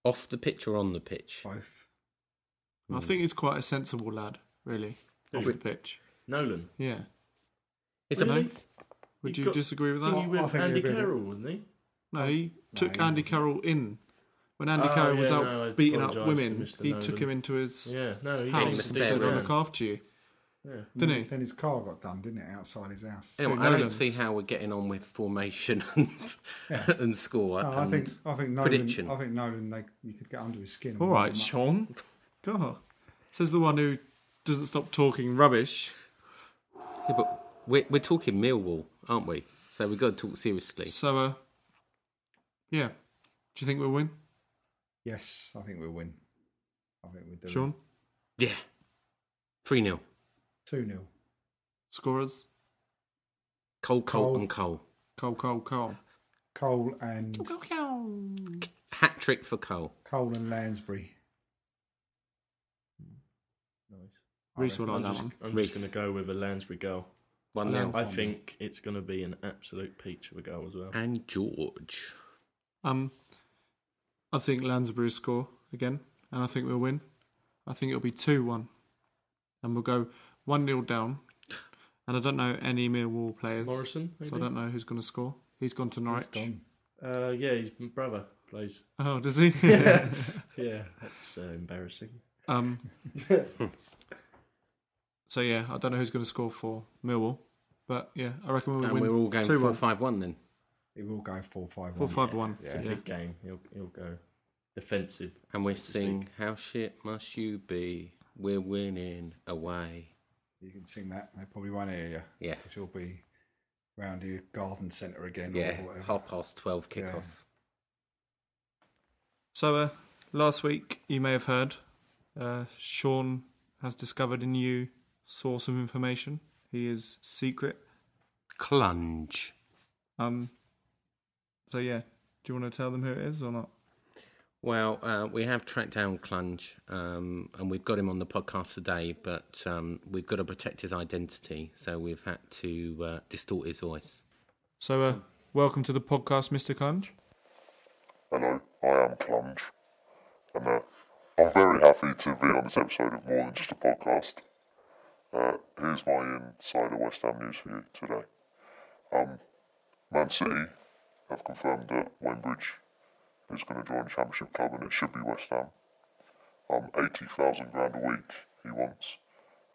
[SPEAKER 3] Off the pitch or on the pitch?
[SPEAKER 4] both.
[SPEAKER 5] Hmm.
[SPEAKER 2] I think he's quite a sensible lad, really, off the pitch.
[SPEAKER 5] Nolan.
[SPEAKER 2] Yeah.
[SPEAKER 3] It's
[SPEAKER 2] Really?
[SPEAKER 3] a
[SPEAKER 2] Would
[SPEAKER 5] He
[SPEAKER 2] you
[SPEAKER 5] got-
[SPEAKER 2] disagree with
[SPEAKER 5] I think
[SPEAKER 2] that?
[SPEAKER 5] he
[SPEAKER 4] I
[SPEAKER 5] was
[SPEAKER 4] think
[SPEAKER 5] Andy
[SPEAKER 4] he'd be a bit-
[SPEAKER 5] Carroll, wouldn't he?
[SPEAKER 2] No, he took
[SPEAKER 4] he
[SPEAKER 2] Andy
[SPEAKER 4] wasn't.
[SPEAKER 2] Carroll in. When Andy
[SPEAKER 5] Oh,
[SPEAKER 2] Carroll was
[SPEAKER 5] yeah,
[SPEAKER 2] out
[SPEAKER 5] no, I
[SPEAKER 2] beating up
[SPEAKER 5] apologise to
[SPEAKER 2] women,
[SPEAKER 5] Mr.
[SPEAKER 2] he
[SPEAKER 5] Nolan.
[SPEAKER 2] took him into his
[SPEAKER 5] Yeah, no, he
[SPEAKER 2] house
[SPEAKER 5] seems
[SPEAKER 2] and
[SPEAKER 3] Mr.
[SPEAKER 2] said,
[SPEAKER 5] to
[SPEAKER 2] I
[SPEAKER 3] Nolan.
[SPEAKER 2] look after you.
[SPEAKER 5] Yeah.
[SPEAKER 2] Didn't he?
[SPEAKER 4] Then his car got done, didn't it, outside his house?
[SPEAKER 3] Anyway,
[SPEAKER 2] Big
[SPEAKER 3] I don't
[SPEAKER 2] Nolan's.
[SPEAKER 3] see how we're getting on with formation and, and score.
[SPEAKER 4] No, I
[SPEAKER 3] and
[SPEAKER 4] think I think Nolan.
[SPEAKER 3] prediction.
[SPEAKER 4] I think Nolan. They, you could get under his
[SPEAKER 5] Mm.
[SPEAKER 4] skin. and
[SPEAKER 2] All
[SPEAKER 4] wind
[SPEAKER 2] right,
[SPEAKER 4] him up.
[SPEAKER 2] Sean. God. Says the one who doesn't stop talking rubbish.
[SPEAKER 3] Yeah, but we're, we're talking Millwall, aren't we? So we've got to talk seriously.
[SPEAKER 2] So, uh, yeah. Do you think we'll win,
[SPEAKER 4] Yes, I think we'll win. I think we do.
[SPEAKER 2] Sean?
[SPEAKER 3] Yeah. 3 0.
[SPEAKER 4] two 0
[SPEAKER 2] Scorers?
[SPEAKER 3] Cole, Colt,
[SPEAKER 4] Cole.
[SPEAKER 3] and Cole.
[SPEAKER 2] Cole, Cole, Cole.
[SPEAKER 4] Cole and
[SPEAKER 2] Cole, Cole.
[SPEAKER 3] Hat trick for Cole.
[SPEAKER 4] Cole and Lansbury. I
[SPEAKER 2] Reece will
[SPEAKER 4] reckon.
[SPEAKER 2] like
[SPEAKER 5] I'm
[SPEAKER 2] that
[SPEAKER 5] just,
[SPEAKER 2] one.
[SPEAKER 5] I'm just going
[SPEAKER 3] Reece.
[SPEAKER 5] to go with a Lansbury goal.
[SPEAKER 3] 1
[SPEAKER 4] I
[SPEAKER 3] 0.
[SPEAKER 4] know.
[SPEAKER 5] I
[SPEAKER 4] Fun.
[SPEAKER 5] think it's going to be an absolute peach of a goal as well.
[SPEAKER 3] And George.
[SPEAKER 2] Um, I think Lansbury will score again, and I think we'll win. I think it'll be 2 1. And we'll go 1 0 down. And I don't know any Millwall players.
[SPEAKER 5] Morrison,
[SPEAKER 2] So I
[SPEAKER 5] maybe?
[SPEAKER 2] don't know who's going to score. He's gone to
[SPEAKER 4] He's
[SPEAKER 2] Norwich.
[SPEAKER 4] gone.
[SPEAKER 5] Uh, yeah, his brother plays.
[SPEAKER 2] Oh, does he?
[SPEAKER 5] Yeah, that's uh, embarrassing.
[SPEAKER 2] um, so yeah, I don't know who's going to score for Millwall, but yeah, I reckon we'll
[SPEAKER 3] And
[SPEAKER 2] Oh, win.
[SPEAKER 3] we're all going
[SPEAKER 2] 2-1.
[SPEAKER 3] 4 5 1 then.
[SPEAKER 4] He will go four five
[SPEAKER 2] Four,
[SPEAKER 4] one.
[SPEAKER 2] five, one.
[SPEAKER 5] It's a
[SPEAKER 2] Yeah.
[SPEAKER 5] big game. He'll, he'll go defensive.
[SPEAKER 3] And we're
[SPEAKER 5] so to speak.
[SPEAKER 3] singing, How shit must you be? We're winning away.
[SPEAKER 4] You can sing that. They probably won't hear you.
[SPEAKER 3] Yeah.
[SPEAKER 4] Which will be round your garden centre again.
[SPEAKER 3] Yeah.
[SPEAKER 4] Or whatever.
[SPEAKER 3] Half past 12 kickoff. off.
[SPEAKER 2] So uh, last week you may have heard uh, Sean has discovered a new source of information. He is secret.
[SPEAKER 3] Clunge.
[SPEAKER 2] Um, so yeah, do you want to tell them who it is or not?
[SPEAKER 3] Well, uh, we have tracked down Clunge, um, and we've got him on the podcast today, but um, we've got to protect his identity, so we've had to uh, distort his voice.
[SPEAKER 2] So uh, welcome to the podcast, Mr. Clunge.
[SPEAKER 7] Hello, I am Clunge, and uh, I'm very happy to be on this episode of More Than Just a Podcast. Uh, here's my insider West Ham news for you today. Um, Man City have confirmed that Wayne Bridge is going to join Championship Club, and it should be West Ham. Um, 80,000 grand a week he wants,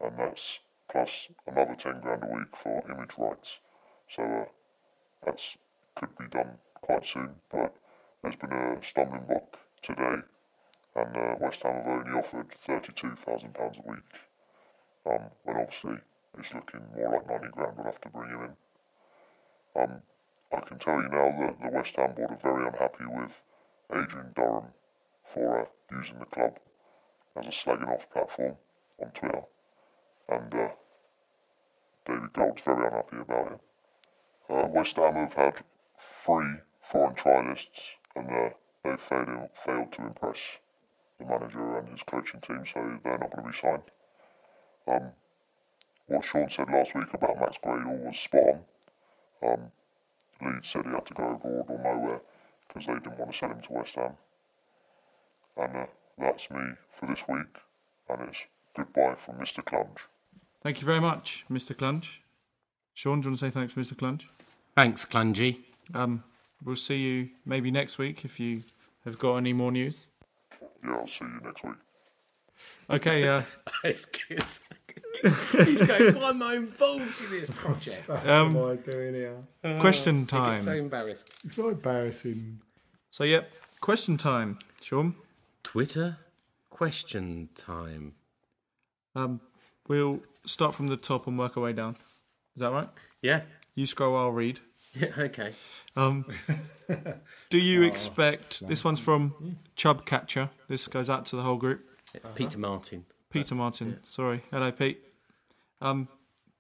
[SPEAKER 7] and that's plus another 10 grand a week for image rights. So, uh, that's could be done quite soon, but there's been a stumbling block today and uh, West Ham have only offered £32,000 a week. Um, when obviously it's looking more like 90 grand we'll have to bring him in. Um, I can tell you now that the West Ham board are very unhappy with Adrian Durham for uh, using the club as a slagging off platform on Twitter. And uh, David Gold's very unhappy about it. Uh, West Ham have had three foreign trialists and uh, they failed, failed to impress the manager and his coaching team, so they're not going to be signed. Um, what Sean said last week about Max Gradle was spot on. Um, Leeds said he had to go abroad or nowhere because they didn't want to sell him to West Ham. And uh, that's me for this week, and it's goodbye from Mr. Clunge.
[SPEAKER 2] Thank you very much, Mr. Clunge. Sean, do you want to say thanks, Mr. Clunge?
[SPEAKER 3] Thanks, Clungy.
[SPEAKER 2] Um, we'll see you maybe next week if you have got any more news.
[SPEAKER 7] Yeah, I'll see you next week.
[SPEAKER 2] Okay, uh,
[SPEAKER 3] It's good. He's going, why am I involved in this project?
[SPEAKER 2] Um,
[SPEAKER 4] what am I doing here?
[SPEAKER 2] question
[SPEAKER 3] I get so
[SPEAKER 2] time.
[SPEAKER 3] embarrassed.
[SPEAKER 4] It's so embarrassing.
[SPEAKER 2] So, yep, question time, Sean.
[SPEAKER 3] Twitter question time.
[SPEAKER 2] Um, we'll start from the top and work our way down. Is that right?
[SPEAKER 3] Yeah.
[SPEAKER 2] You scroll, I'll read.
[SPEAKER 3] Yeah. Okay.
[SPEAKER 2] Um, do you expect this one's from Chub Catcher? This goes out to the whole group.
[SPEAKER 3] It's Peter Martin.
[SPEAKER 2] Peter Martin, sorry, hello Pete. Um,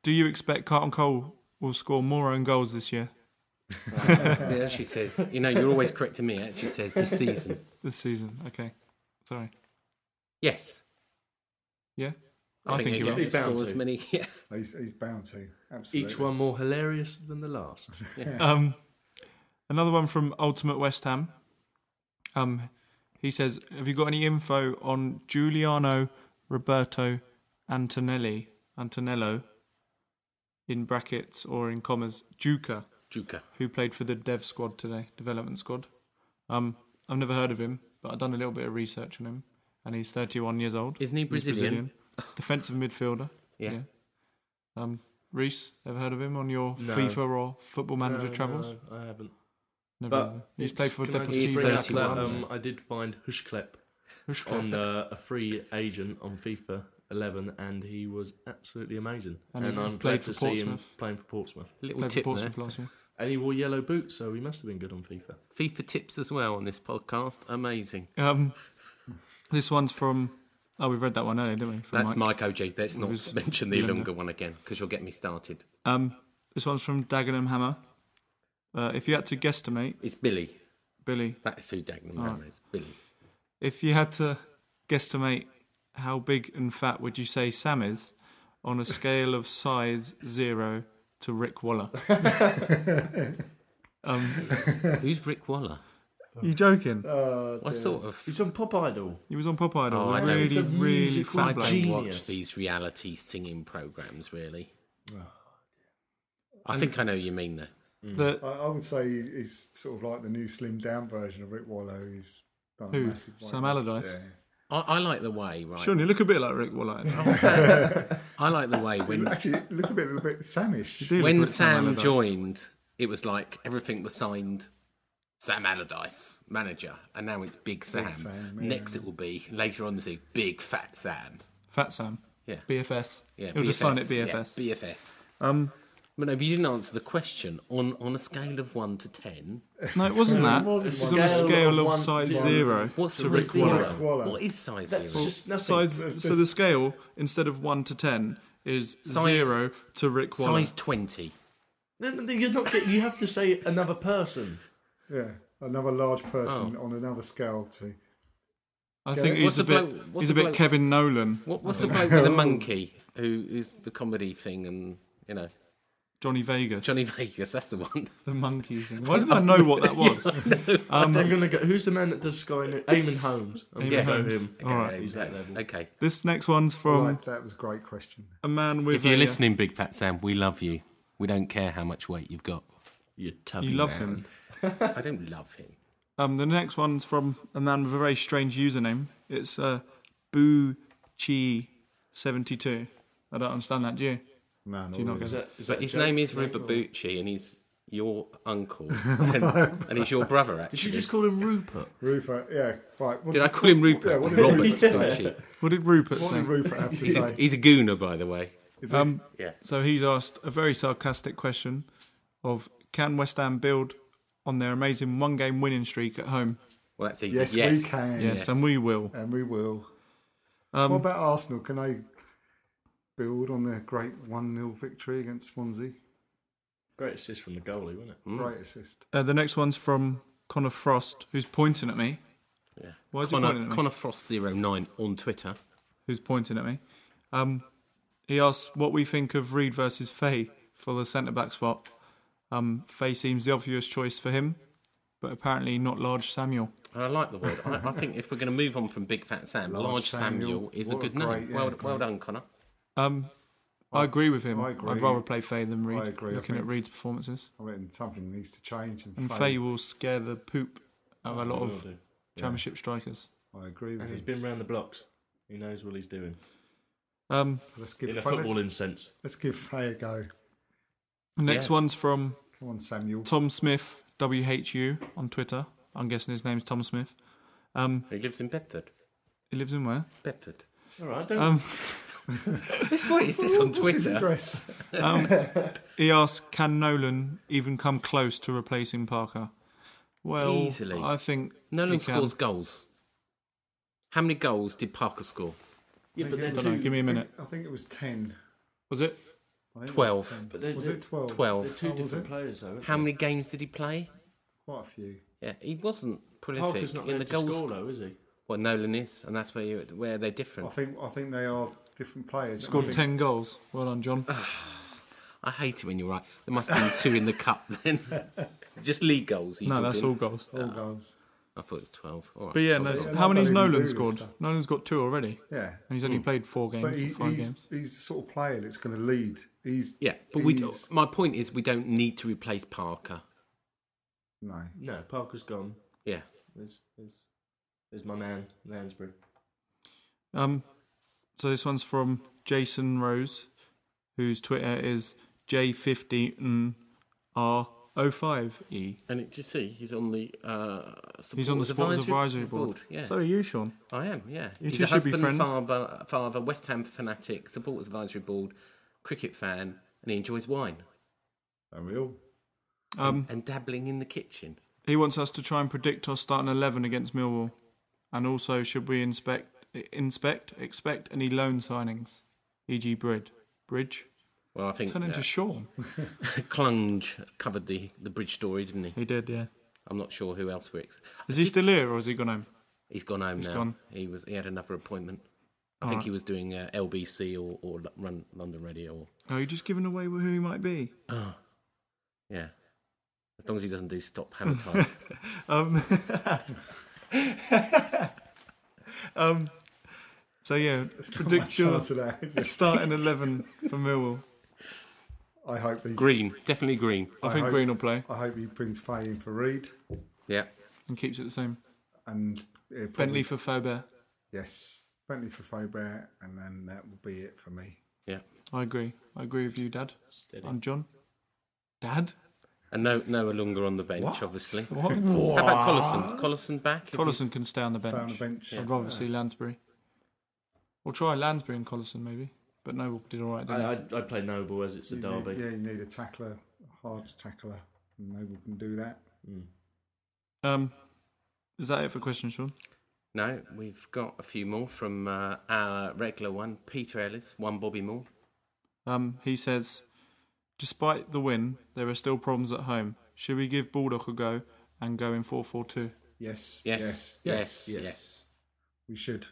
[SPEAKER 2] do you expect Carlton Cole will score more own goals this year,
[SPEAKER 3] Yeah, she says. You know, you're always correcting me. eh? She says this season.
[SPEAKER 2] this season? Okay, sorry.
[SPEAKER 3] Yes.
[SPEAKER 2] Yeah, I, think,
[SPEAKER 3] he
[SPEAKER 2] he will.
[SPEAKER 5] He's bound
[SPEAKER 3] score as
[SPEAKER 5] to.
[SPEAKER 3] many. Yeah.
[SPEAKER 4] He's, he's bound to. Absolutely.
[SPEAKER 5] Each one more hilarious than the last.
[SPEAKER 2] Um, another one from Ultimate West Ham. Um, he says, "Have you got any info on Giuliano Roberto Antonelli Antonello in brackets or in commas Duca,
[SPEAKER 3] Juka.
[SPEAKER 2] who played for the Dev squad today, development squad? Um, I've never heard of him, but I've done a little bit of research on him, and he's 31 years old.
[SPEAKER 3] Isn't he
[SPEAKER 2] He's
[SPEAKER 3] Brazilian?
[SPEAKER 2] Defensive midfielder.
[SPEAKER 3] Yeah.
[SPEAKER 2] Um, Reese, ever heard of him on your
[SPEAKER 5] No.
[SPEAKER 2] FIFA or Football Manager
[SPEAKER 5] No,
[SPEAKER 2] travels?
[SPEAKER 5] no, I haven't.
[SPEAKER 2] Never mind.
[SPEAKER 5] But
[SPEAKER 2] he's played for
[SPEAKER 5] can I just
[SPEAKER 2] Deportivo
[SPEAKER 5] bring up that,
[SPEAKER 3] Thirty-one,
[SPEAKER 5] um,
[SPEAKER 3] yeah.
[SPEAKER 5] I did find Hushklep
[SPEAKER 2] Hushka.
[SPEAKER 5] on uh, a free agent on FIFA 11, and he was absolutely amazing.
[SPEAKER 2] And
[SPEAKER 5] And,
[SPEAKER 2] he
[SPEAKER 5] I'm
[SPEAKER 2] played
[SPEAKER 5] glad
[SPEAKER 2] for
[SPEAKER 5] to see him
[SPEAKER 2] Portsmouth.
[SPEAKER 5] playing for Portsmouth.
[SPEAKER 3] Little
[SPEAKER 2] Played for
[SPEAKER 3] tip there.
[SPEAKER 2] Portsmouth last year.
[SPEAKER 5] And he wore yellow boots, so he must have been good on FIFA.
[SPEAKER 3] FIFA tips as well on this podcast. Amazing.
[SPEAKER 2] Um, this one's from. Oh, we read that one earlier, didn't we? From
[SPEAKER 3] That's Mike, OG. Let's
[SPEAKER 2] It
[SPEAKER 3] not
[SPEAKER 2] was
[SPEAKER 3] mention the
[SPEAKER 2] Linda.
[SPEAKER 3] Ilunga one again because you'll get me started.
[SPEAKER 2] Um, this one's from Dagenham Hammer. Uh, if you had to guesstimate,
[SPEAKER 3] It's Billy.
[SPEAKER 2] Billy,
[SPEAKER 3] That's who Dagenham
[SPEAKER 2] Oh.
[SPEAKER 3] Hammer is. Billy.
[SPEAKER 2] if you had to guesstimate how big and fat would you say Sam is on a scale of size zero to Rick Waller? um,
[SPEAKER 3] Who's Rick Waller?
[SPEAKER 2] you joking?
[SPEAKER 3] What sort of?
[SPEAKER 5] He's on Pop Idol.
[SPEAKER 2] Uh, He was on Pop Idol.
[SPEAKER 3] Oh, I know. He's
[SPEAKER 2] really,
[SPEAKER 3] a
[SPEAKER 2] really
[SPEAKER 5] musical
[SPEAKER 2] fat bloke.
[SPEAKER 5] genius.
[SPEAKER 3] don't watch these reality singing programs really. I think I know what you mean though.
[SPEAKER 2] The-
[SPEAKER 4] I, I would say he's sort of like the new slimmed down version of Rick Wallow. He's done
[SPEAKER 2] Who?
[SPEAKER 4] a massive weight
[SPEAKER 2] Sam
[SPEAKER 4] loss.
[SPEAKER 2] Allardyce?
[SPEAKER 4] Yeah.
[SPEAKER 3] I, I like the way right.
[SPEAKER 2] Sean, you look a bit like Rick Waller.
[SPEAKER 3] I like the way when
[SPEAKER 4] Actually, look a bit, a bit Samish.
[SPEAKER 2] do look
[SPEAKER 3] when
[SPEAKER 2] like
[SPEAKER 3] Sam
[SPEAKER 2] Allardyce.
[SPEAKER 3] joined, it was like everything was signed Sam Allardyce, manager, and now it's Big Sam.
[SPEAKER 4] Sam, yeah.
[SPEAKER 3] Next, it will be later on. This is Big Fat Sam.
[SPEAKER 2] Fat Sam.
[SPEAKER 3] Yeah.
[SPEAKER 2] BFS.
[SPEAKER 3] Yeah,
[SPEAKER 2] He'll just sign it
[SPEAKER 3] Yeah,
[SPEAKER 2] BFS.
[SPEAKER 3] BFS.
[SPEAKER 2] um,
[SPEAKER 3] But no, but you didn't answer the question on on a scale of one to ten.
[SPEAKER 2] no, it wasn't that.
[SPEAKER 4] It wasn't
[SPEAKER 2] It's on a
[SPEAKER 4] one.
[SPEAKER 2] scale of
[SPEAKER 5] One,
[SPEAKER 2] size
[SPEAKER 5] zero.
[SPEAKER 2] zero
[SPEAKER 3] What's
[SPEAKER 2] to
[SPEAKER 3] the
[SPEAKER 2] Rick
[SPEAKER 3] zero?
[SPEAKER 2] Waller.
[SPEAKER 4] Waller.
[SPEAKER 3] What is size
[SPEAKER 5] That's
[SPEAKER 3] zero?
[SPEAKER 5] just nothing.
[SPEAKER 2] Size, so the scale instead of one to ten is
[SPEAKER 3] Size-
[SPEAKER 2] zero to Rick Waller.
[SPEAKER 3] Size twenty.
[SPEAKER 5] No, no, no, You're not getting, you have to say another person.
[SPEAKER 4] Yeah, another large person
[SPEAKER 2] Oh.
[SPEAKER 4] on another scale to
[SPEAKER 2] I think
[SPEAKER 3] What's
[SPEAKER 2] he's a
[SPEAKER 3] the
[SPEAKER 2] bit.
[SPEAKER 3] bloke- what's
[SPEAKER 2] He's
[SPEAKER 3] the
[SPEAKER 2] a bit
[SPEAKER 3] bloke-
[SPEAKER 2] Kevin Nolan,
[SPEAKER 3] What, what's the bloke with the monkey who is the comedy thing and you know
[SPEAKER 2] Johnny Vegas,
[SPEAKER 3] Johnny Vegas? That's the one.
[SPEAKER 2] the monkey thing. Why did I know what that was?
[SPEAKER 5] I'm gonna go. Who's the man that does Sky News? Eamon Holmes. I'm
[SPEAKER 2] Um, Eamon
[SPEAKER 5] gonna go
[SPEAKER 2] Holmes.
[SPEAKER 5] him.
[SPEAKER 2] All right.
[SPEAKER 5] He's that level.
[SPEAKER 3] Okay.
[SPEAKER 2] This next one's from
[SPEAKER 4] Right, that was a great question.
[SPEAKER 2] a man with.
[SPEAKER 3] If you're
[SPEAKER 2] a,
[SPEAKER 3] listening, Big Fat Sam, we love you. We don't care how much weight you've got.
[SPEAKER 5] You
[SPEAKER 2] you love him.
[SPEAKER 3] I don't love him.
[SPEAKER 2] Um, the next one's from a man with a very strange username. It's uh, Boo Chi seventy two. I don't understand that, do you?
[SPEAKER 4] Man,
[SPEAKER 2] Do you not get
[SPEAKER 4] always.
[SPEAKER 5] Is
[SPEAKER 2] it?
[SPEAKER 5] that, is
[SPEAKER 3] But
[SPEAKER 5] that
[SPEAKER 3] his
[SPEAKER 5] a joke?
[SPEAKER 3] name is
[SPEAKER 5] No, or-
[SPEAKER 3] Rubabuchi, and he's your uncle, and, and he's your brother. Actually,
[SPEAKER 5] Did you just call him Rupert?
[SPEAKER 4] Rupert, yeah, right. What
[SPEAKER 3] Did I call him Rupert?
[SPEAKER 4] Yeah, what did
[SPEAKER 3] Robert,
[SPEAKER 4] Rupert
[SPEAKER 3] or
[SPEAKER 4] say?
[SPEAKER 3] something.
[SPEAKER 2] What did Rupert
[SPEAKER 4] What
[SPEAKER 2] say?
[SPEAKER 4] did Rupert have to
[SPEAKER 3] He's,
[SPEAKER 4] say?
[SPEAKER 3] he's a gooner, by the way.
[SPEAKER 2] Um,
[SPEAKER 3] Yeah.
[SPEAKER 2] So he's asked a very sarcastic question of can West Ham build on their amazing one game winning streak at home?
[SPEAKER 3] Well, that's easy.
[SPEAKER 4] Yes,
[SPEAKER 3] Yes,
[SPEAKER 4] we can.
[SPEAKER 2] Yes, and we will.
[SPEAKER 4] And we will.
[SPEAKER 2] Um,
[SPEAKER 4] what about Arsenal? Can they build on their great 1 0 victory against Swansea?
[SPEAKER 5] Great assist from the goalie, wasn't it?
[SPEAKER 3] Mm.
[SPEAKER 4] Great assist.
[SPEAKER 2] Uh, the next one's from Connor Frost, who's pointing at me.
[SPEAKER 3] Yeah.
[SPEAKER 2] Why is he
[SPEAKER 3] Connor,
[SPEAKER 2] pointing at me?
[SPEAKER 3] Connor Frost 09 on Twitter.
[SPEAKER 2] Who's pointing at me? Um, he asks what we think of Reed versus Faye for the centre back spot. Um, Faye seems the obvious choice for him, but apparently not large Samuel.
[SPEAKER 3] And I like the word. I, I think if we're going to move on from Big Fat Sam,
[SPEAKER 4] Large
[SPEAKER 3] Large, Samuel,
[SPEAKER 4] Samuel.
[SPEAKER 3] is
[SPEAKER 4] What
[SPEAKER 3] a
[SPEAKER 4] a
[SPEAKER 3] good
[SPEAKER 4] great-
[SPEAKER 3] name.
[SPEAKER 4] yeah,
[SPEAKER 3] well, well
[SPEAKER 4] great.
[SPEAKER 3] done, Connor.
[SPEAKER 2] Um, I, agree with him.
[SPEAKER 4] I agree.
[SPEAKER 2] would rather play Faye than Reed.
[SPEAKER 4] I agree, I
[SPEAKER 2] Looking at
[SPEAKER 4] think-
[SPEAKER 2] Reed's performances,
[SPEAKER 4] I mean, something needs to change. And,
[SPEAKER 2] and
[SPEAKER 4] Faye-
[SPEAKER 2] Faye will scare the poop out of a lot
[SPEAKER 5] Oh, Will
[SPEAKER 2] of
[SPEAKER 5] do.
[SPEAKER 2] championship strikers.
[SPEAKER 4] I agree with
[SPEAKER 5] And he's
[SPEAKER 4] you.
[SPEAKER 5] been round the blocks. He knows what he's doing.
[SPEAKER 2] Um,
[SPEAKER 4] Let's give,
[SPEAKER 5] In a
[SPEAKER 4] Faye, let's,
[SPEAKER 5] footballing sense.
[SPEAKER 4] let's give Faye a go.
[SPEAKER 2] next
[SPEAKER 3] Yeah.
[SPEAKER 2] one's from
[SPEAKER 4] Come on, Samuel.
[SPEAKER 2] Tom Smith WHU on Twitter. I'm guessing his name's Tom Smith. Um,
[SPEAKER 3] He lives in Bedford.
[SPEAKER 2] he lives in where?
[SPEAKER 3] Bedford.
[SPEAKER 5] All right, don't.
[SPEAKER 2] Um,
[SPEAKER 3] That's what he says on
[SPEAKER 4] What's his
[SPEAKER 3] Twitter.
[SPEAKER 4] address?
[SPEAKER 2] he asks, "Can Nolan even come close to replacing Parker?" Well,
[SPEAKER 3] Easily.
[SPEAKER 2] I think
[SPEAKER 3] Nolan
[SPEAKER 2] he can.
[SPEAKER 3] scores goals. How many goals did Parker score?
[SPEAKER 5] yeah, but they're
[SPEAKER 2] Don't know,
[SPEAKER 5] two,
[SPEAKER 2] give me a minute.
[SPEAKER 4] I think it was 10.
[SPEAKER 2] Was it?
[SPEAKER 4] I think it was
[SPEAKER 3] 12.
[SPEAKER 4] 10.
[SPEAKER 5] But they're-
[SPEAKER 4] was
[SPEAKER 5] they're-
[SPEAKER 4] it 12?
[SPEAKER 3] 12.
[SPEAKER 5] they're
[SPEAKER 4] Oh,
[SPEAKER 5] two
[SPEAKER 4] was
[SPEAKER 5] different
[SPEAKER 4] it?
[SPEAKER 5] players, though. aren't
[SPEAKER 3] How
[SPEAKER 5] they?
[SPEAKER 3] many games did he play?
[SPEAKER 4] Quite a few.
[SPEAKER 3] Yeah, he wasn't prolific
[SPEAKER 5] Parker's not
[SPEAKER 3] in
[SPEAKER 5] going
[SPEAKER 3] the
[SPEAKER 5] to
[SPEAKER 3] goals.
[SPEAKER 5] score, though, is he?
[SPEAKER 3] Well, Nolan is, and that's where you, where they're different.
[SPEAKER 4] I think I think they are different players.
[SPEAKER 2] Scored
[SPEAKER 4] I think-
[SPEAKER 2] ten goals. Well done, John.
[SPEAKER 3] I hate it when you're right. There must have been two in the cup then. Just league goals. you
[SPEAKER 2] no,
[SPEAKER 3] talking?
[SPEAKER 2] that's all goals.
[SPEAKER 4] All goals.
[SPEAKER 3] I thought it was 12. All right.
[SPEAKER 2] But yeah,
[SPEAKER 4] Oh, I
[SPEAKER 2] no,
[SPEAKER 4] don't
[SPEAKER 2] how many's
[SPEAKER 4] even do
[SPEAKER 2] Nolan
[SPEAKER 4] this
[SPEAKER 2] scored?
[SPEAKER 4] stuff.
[SPEAKER 2] Nolan's got two already,
[SPEAKER 4] Yeah.
[SPEAKER 2] and he's only played four games,
[SPEAKER 4] But he,
[SPEAKER 2] or five
[SPEAKER 4] he's,
[SPEAKER 2] games.
[SPEAKER 4] he's the sort of player that's going to lead. He's
[SPEAKER 3] Yeah, but we. do-
[SPEAKER 4] he's-
[SPEAKER 3] My point is, we don't need to replace Parker.
[SPEAKER 4] no.
[SPEAKER 5] No, Parker's gone.
[SPEAKER 3] Yeah,
[SPEAKER 5] There's, there's, there's my man, Lansbury.
[SPEAKER 2] Um, so this one's from Jason Rose, whose Twitter is J15R05E.
[SPEAKER 3] and it, do you see he's on the uh,
[SPEAKER 2] E. He's on the Sports
[SPEAKER 3] supporters
[SPEAKER 2] Advisory Board.
[SPEAKER 3] Yeah,
[SPEAKER 2] So are you, Sean?
[SPEAKER 3] I am. Yeah,
[SPEAKER 2] You
[SPEAKER 3] he's
[SPEAKER 2] two
[SPEAKER 3] a
[SPEAKER 2] should be
[SPEAKER 3] husband,
[SPEAKER 2] friends.
[SPEAKER 3] father, father, West Ham fanatic, supporters advisory board, cricket fan, and he enjoys wine
[SPEAKER 4] And we all.
[SPEAKER 2] Um,
[SPEAKER 3] and dabbling in the kitchen.
[SPEAKER 2] he wants us to try and predict our starting eleven against Millwall, and also should we inspect inspect expect any loan signings, e.g. Brid Bridge.
[SPEAKER 3] Well, I think
[SPEAKER 2] Turn into
[SPEAKER 3] uh,
[SPEAKER 2] Sean.
[SPEAKER 3] Clunge covered the, the bridge story, didn't he?
[SPEAKER 2] He did, yeah.
[SPEAKER 3] I'm not sure who else works.
[SPEAKER 2] Is he still here or has he gone home?
[SPEAKER 3] He's gone home
[SPEAKER 2] He's
[SPEAKER 3] now.
[SPEAKER 2] gone.
[SPEAKER 3] He was. He had another appointment. I
[SPEAKER 2] All
[SPEAKER 3] think
[SPEAKER 2] right.
[SPEAKER 3] he was doing uh, LBC or, or L- Run London Radio. Or,
[SPEAKER 2] Oh, you're just giving away who he might be.
[SPEAKER 3] oh, yeah. As long as he doesn't do stop hammer time.
[SPEAKER 2] Um, um, so yeah, predict your
[SPEAKER 4] Chance of that. is it?
[SPEAKER 2] starting eleven for Millwall.
[SPEAKER 4] I hope he.
[SPEAKER 3] green, definitely green.
[SPEAKER 2] I, think
[SPEAKER 4] hope-
[SPEAKER 2] Green will play
[SPEAKER 4] I hope he brings Faye in for Reed
[SPEAKER 3] Yeah.
[SPEAKER 2] and keeps it the same.
[SPEAKER 4] and yeah, probably-
[SPEAKER 2] Bentley for Faubert.
[SPEAKER 4] Yes, Bentley for Faubert, and then that will be it for me.
[SPEAKER 3] Yeah.
[SPEAKER 2] I agree. I agree with you, Dad.
[SPEAKER 5] Steady.
[SPEAKER 2] And John. Dad?
[SPEAKER 3] And no, no longer on the bench,
[SPEAKER 4] What?
[SPEAKER 3] obviously.
[SPEAKER 2] What?
[SPEAKER 3] How about Collison? Collison back. If
[SPEAKER 2] Collison
[SPEAKER 3] he's-
[SPEAKER 2] can stay on the
[SPEAKER 4] Stay
[SPEAKER 2] bench.
[SPEAKER 4] on the bench.
[SPEAKER 2] I'd rather see Lansbury. Or try Lansbury and Collison maybe. But Noble did all right.
[SPEAKER 5] I,
[SPEAKER 2] Didn't he?
[SPEAKER 5] I'd, I'd play Noble as it's a
[SPEAKER 4] You
[SPEAKER 5] derby.
[SPEAKER 4] Need, yeah, you need a tackler, a hard tackler. and Noble can do that.
[SPEAKER 5] Mm.
[SPEAKER 2] Um, is that it for questions, Sean?
[SPEAKER 3] No, we've got a few more from uh, our regular one, Peter Ellis, one Bobby Moore.
[SPEAKER 2] Um, he says, despite the win, there are still problems at home. Should we give Baldock a go and go in 4-4-2?
[SPEAKER 4] Yes,
[SPEAKER 3] Yes,
[SPEAKER 4] yes,
[SPEAKER 3] yes,
[SPEAKER 4] yes, yes.
[SPEAKER 3] yes.
[SPEAKER 4] We should,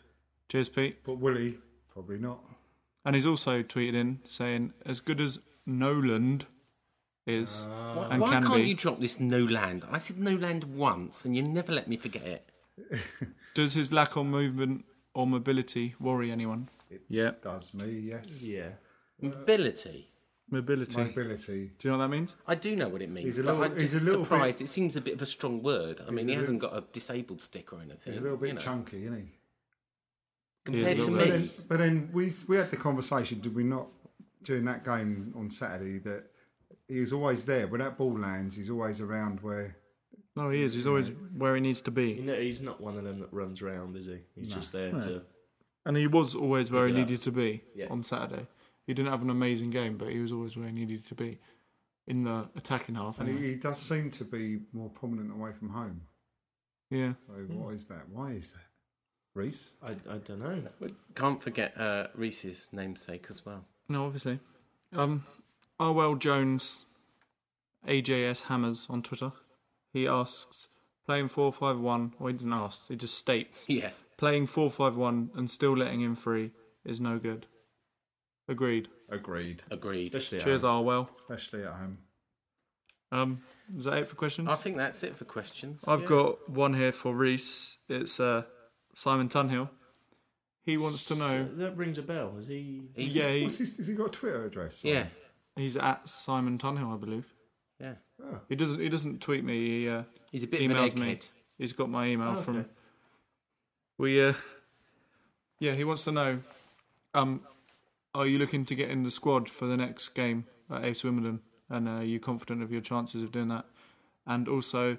[SPEAKER 2] Cheers, Pete.
[SPEAKER 4] but will he? Probably not.
[SPEAKER 2] And he's also tweeted in saying, as good as Noland is
[SPEAKER 4] Uh,
[SPEAKER 3] Why-
[SPEAKER 2] and
[SPEAKER 3] Why
[SPEAKER 2] can
[SPEAKER 3] can't
[SPEAKER 2] be,
[SPEAKER 3] you drop this no land? I said no land once, and you never let me forget it.
[SPEAKER 2] does his lack of movement or mobility worry anyone? Yeah.
[SPEAKER 4] Does me? Yes.
[SPEAKER 5] Yeah.
[SPEAKER 3] Mobility.
[SPEAKER 2] Mobility.
[SPEAKER 4] Mobility.
[SPEAKER 2] Do you know what that means?
[SPEAKER 3] I do know what it means,
[SPEAKER 4] He's a
[SPEAKER 3] but
[SPEAKER 4] little-
[SPEAKER 3] I'm
[SPEAKER 4] he's a
[SPEAKER 3] just
[SPEAKER 4] little
[SPEAKER 3] surprised. It seems a bit of a strong word. I
[SPEAKER 4] He's
[SPEAKER 3] mean,
[SPEAKER 4] a
[SPEAKER 3] he hasn't got a disabled stick or anything.
[SPEAKER 4] He's a little bit
[SPEAKER 3] you know.
[SPEAKER 4] chunky, isn't he?
[SPEAKER 3] Compared
[SPEAKER 2] He is
[SPEAKER 3] to
[SPEAKER 2] a
[SPEAKER 4] So
[SPEAKER 2] little
[SPEAKER 3] me,
[SPEAKER 2] bit.
[SPEAKER 4] then, but then we we had the conversation, did we not, during that game on Saturday, that he was always there. When that ball lands, he's always around where.
[SPEAKER 2] No, he is. He's always where he needs to
[SPEAKER 5] You
[SPEAKER 2] be,
[SPEAKER 5] know, he's not one of them that runs round, is he? He's
[SPEAKER 4] No.
[SPEAKER 5] just there
[SPEAKER 2] No.
[SPEAKER 5] to.
[SPEAKER 2] and he was always where he
[SPEAKER 5] Look at that.
[SPEAKER 2] needed to be
[SPEAKER 5] Yeah.
[SPEAKER 2] on Saturday. He didn't have an amazing game, but he was always where he needed to be in the attacking half.
[SPEAKER 4] And he,
[SPEAKER 2] anyway.
[SPEAKER 4] he does seem to be more prominent away from home.
[SPEAKER 2] yeah,
[SPEAKER 4] So what is that? Why is that? Reese?
[SPEAKER 5] I, I don't know.
[SPEAKER 3] We can't forget uh, Reese's namesake as well.
[SPEAKER 2] no, obviously. Um, Arwell Jones, AJS Hammers on Twitter. He asks, playing four five one. Well, he doesn't ask. He just states
[SPEAKER 3] Yeah.
[SPEAKER 2] playing four five one and still letting in free is no good. Agreed.
[SPEAKER 4] Agreed.
[SPEAKER 3] Agreed.
[SPEAKER 5] Especially
[SPEAKER 2] Cheers,
[SPEAKER 5] Aaron.
[SPEAKER 2] Arwell.
[SPEAKER 4] Especially at home.
[SPEAKER 2] Um, is that it for questions?
[SPEAKER 3] I think that's it for questions.
[SPEAKER 2] I've
[SPEAKER 3] yeah.
[SPEAKER 2] got one here for Reese. It's uh, Simon Tunhill. He wants to know.
[SPEAKER 5] So that rings a bell. Is he?
[SPEAKER 3] He's-
[SPEAKER 2] yeah, he,
[SPEAKER 4] What's his, has he got a Twitter address?
[SPEAKER 3] Yeah.
[SPEAKER 2] he's at Simon Tunhill, I believe.
[SPEAKER 3] Yeah.
[SPEAKER 4] Oh,
[SPEAKER 2] He doesn't. He doesn't tweet me. He uh,
[SPEAKER 3] He's a bit of an
[SPEAKER 2] emails
[SPEAKER 3] egghead.
[SPEAKER 2] me. He's got my email
[SPEAKER 5] Oh,
[SPEAKER 2] from.
[SPEAKER 5] okay.
[SPEAKER 2] We. Uh, yeah, he wants to know. Um, are you looking to get in the squad for the next game at Ace Wimbledon? And uh, are you confident of your chances of doing that? And also,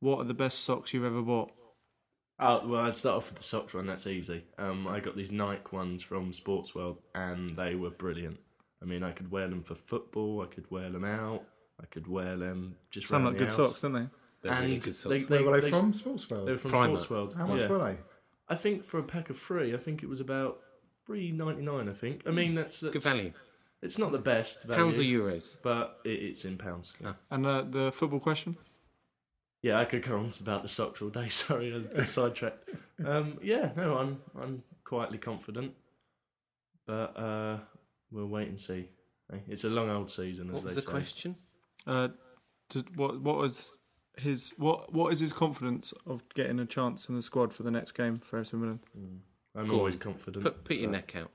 [SPEAKER 2] what are the best socks you've ever bought?
[SPEAKER 5] Oh well, I'd start off with the socks one. That's easy. Um, I got these Nike ones from Sports World, and they were brilliant. I mean, I could wear them for football. I could wear them out. I could wear them just.
[SPEAKER 2] Sound
[SPEAKER 5] round
[SPEAKER 2] like
[SPEAKER 5] the
[SPEAKER 2] good
[SPEAKER 5] house.
[SPEAKER 2] socks, don't they?
[SPEAKER 3] They're
[SPEAKER 5] and
[SPEAKER 3] really
[SPEAKER 5] they,
[SPEAKER 3] good socks.
[SPEAKER 4] Where were they,
[SPEAKER 5] they-
[SPEAKER 4] from? Sports
[SPEAKER 5] They were
[SPEAKER 4] World.
[SPEAKER 5] from
[SPEAKER 3] Primark.
[SPEAKER 5] Sports World.
[SPEAKER 4] How much
[SPEAKER 5] yeah.
[SPEAKER 4] were they?
[SPEAKER 5] I think for a pack of three, I think it was about three ninety nine. I think. I mean, that's, that's
[SPEAKER 3] Good value.
[SPEAKER 5] It's not the best value,
[SPEAKER 3] Pounds or euros?
[SPEAKER 5] but it, it's in pounds. Yeah.
[SPEAKER 2] And uh, the football question.
[SPEAKER 5] Yeah, I could go on about the socks all day. Sorry, I got sidetracked. Um, yeah, no, I'm I'm quietly confident, but uh, we'll wait and see. Eh, It's a long old season, as
[SPEAKER 3] What was
[SPEAKER 5] they
[SPEAKER 3] the
[SPEAKER 5] say.
[SPEAKER 3] question?
[SPEAKER 2] Uh, to, what what was his what what is his confidence of getting a chance in the squad for the next game for Everton Wimbledon?
[SPEAKER 5] I'm
[SPEAKER 3] Go
[SPEAKER 5] always
[SPEAKER 3] on.
[SPEAKER 5] confident.
[SPEAKER 3] Put, put your
[SPEAKER 5] but-
[SPEAKER 3] neck out.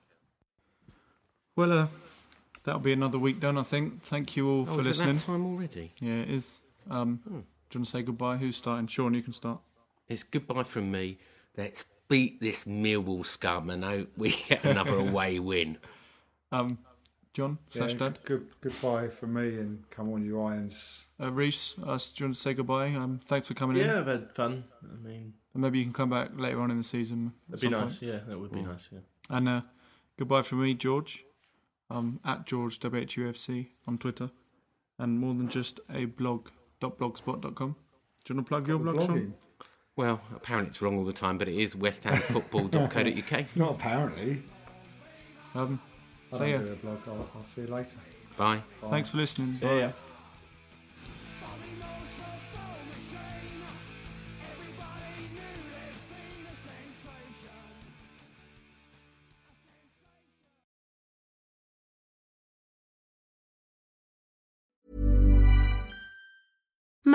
[SPEAKER 2] Well, uh, that'll be another week done, I think. Thank you all
[SPEAKER 3] Oh,
[SPEAKER 2] for
[SPEAKER 3] is it
[SPEAKER 2] listening.
[SPEAKER 3] that time already?
[SPEAKER 2] Yeah, it is. Um,
[SPEAKER 3] Hmm.
[SPEAKER 2] Do you want to say goodbye? Who's starting? Sean, you can start.
[SPEAKER 3] It's goodbye from me. Let's beat this Millwall scum and hope we get another away win.
[SPEAKER 2] Um, John,
[SPEAKER 4] Yeah,
[SPEAKER 2] slash Dad,
[SPEAKER 4] good, good- goodbye from me and come on, you irons.
[SPEAKER 2] uh, Reese. Uh, do you want to say goodbye? Um, thanks for coming in.
[SPEAKER 5] Yeah, I've had fun. I mean,
[SPEAKER 2] And maybe you can come back later on in the season. at
[SPEAKER 5] that'd be
[SPEAKER 2] some point.
[SPEAKER 5] nice. Yeah, that
[SPEAKER 3] Mm.
[SPEAKER 5] would be nice. Yeah.
[SPEAKER 2] And uh, goodbye from me, George, um, at George WHUFC on Twitter, and more than just a blog, blogspot.com. Do you want to plug your
[SPEAKER 4] The
[SPEAKER 2] blog, Sean?
[SPEAKER 4] blogging.
[SPEAKER 3] Well, apparently it's wrong all the time, but it is westhamfootball.co.uk.
[SPEAKER 4] It's not apparently.
[SPEAKER 2] Um,
[SPEAKER 4] I
[SPEAKER 2] So, yeah.
[SPEAKER 4] don't do a blog. I'll, I'll see you later.
[SPEAKER 3] Bye.
[SPEAKER 4] Bye.
[SPEAKER 2] thanks for listening.
[SPEAKER 5] Yeah, yeah.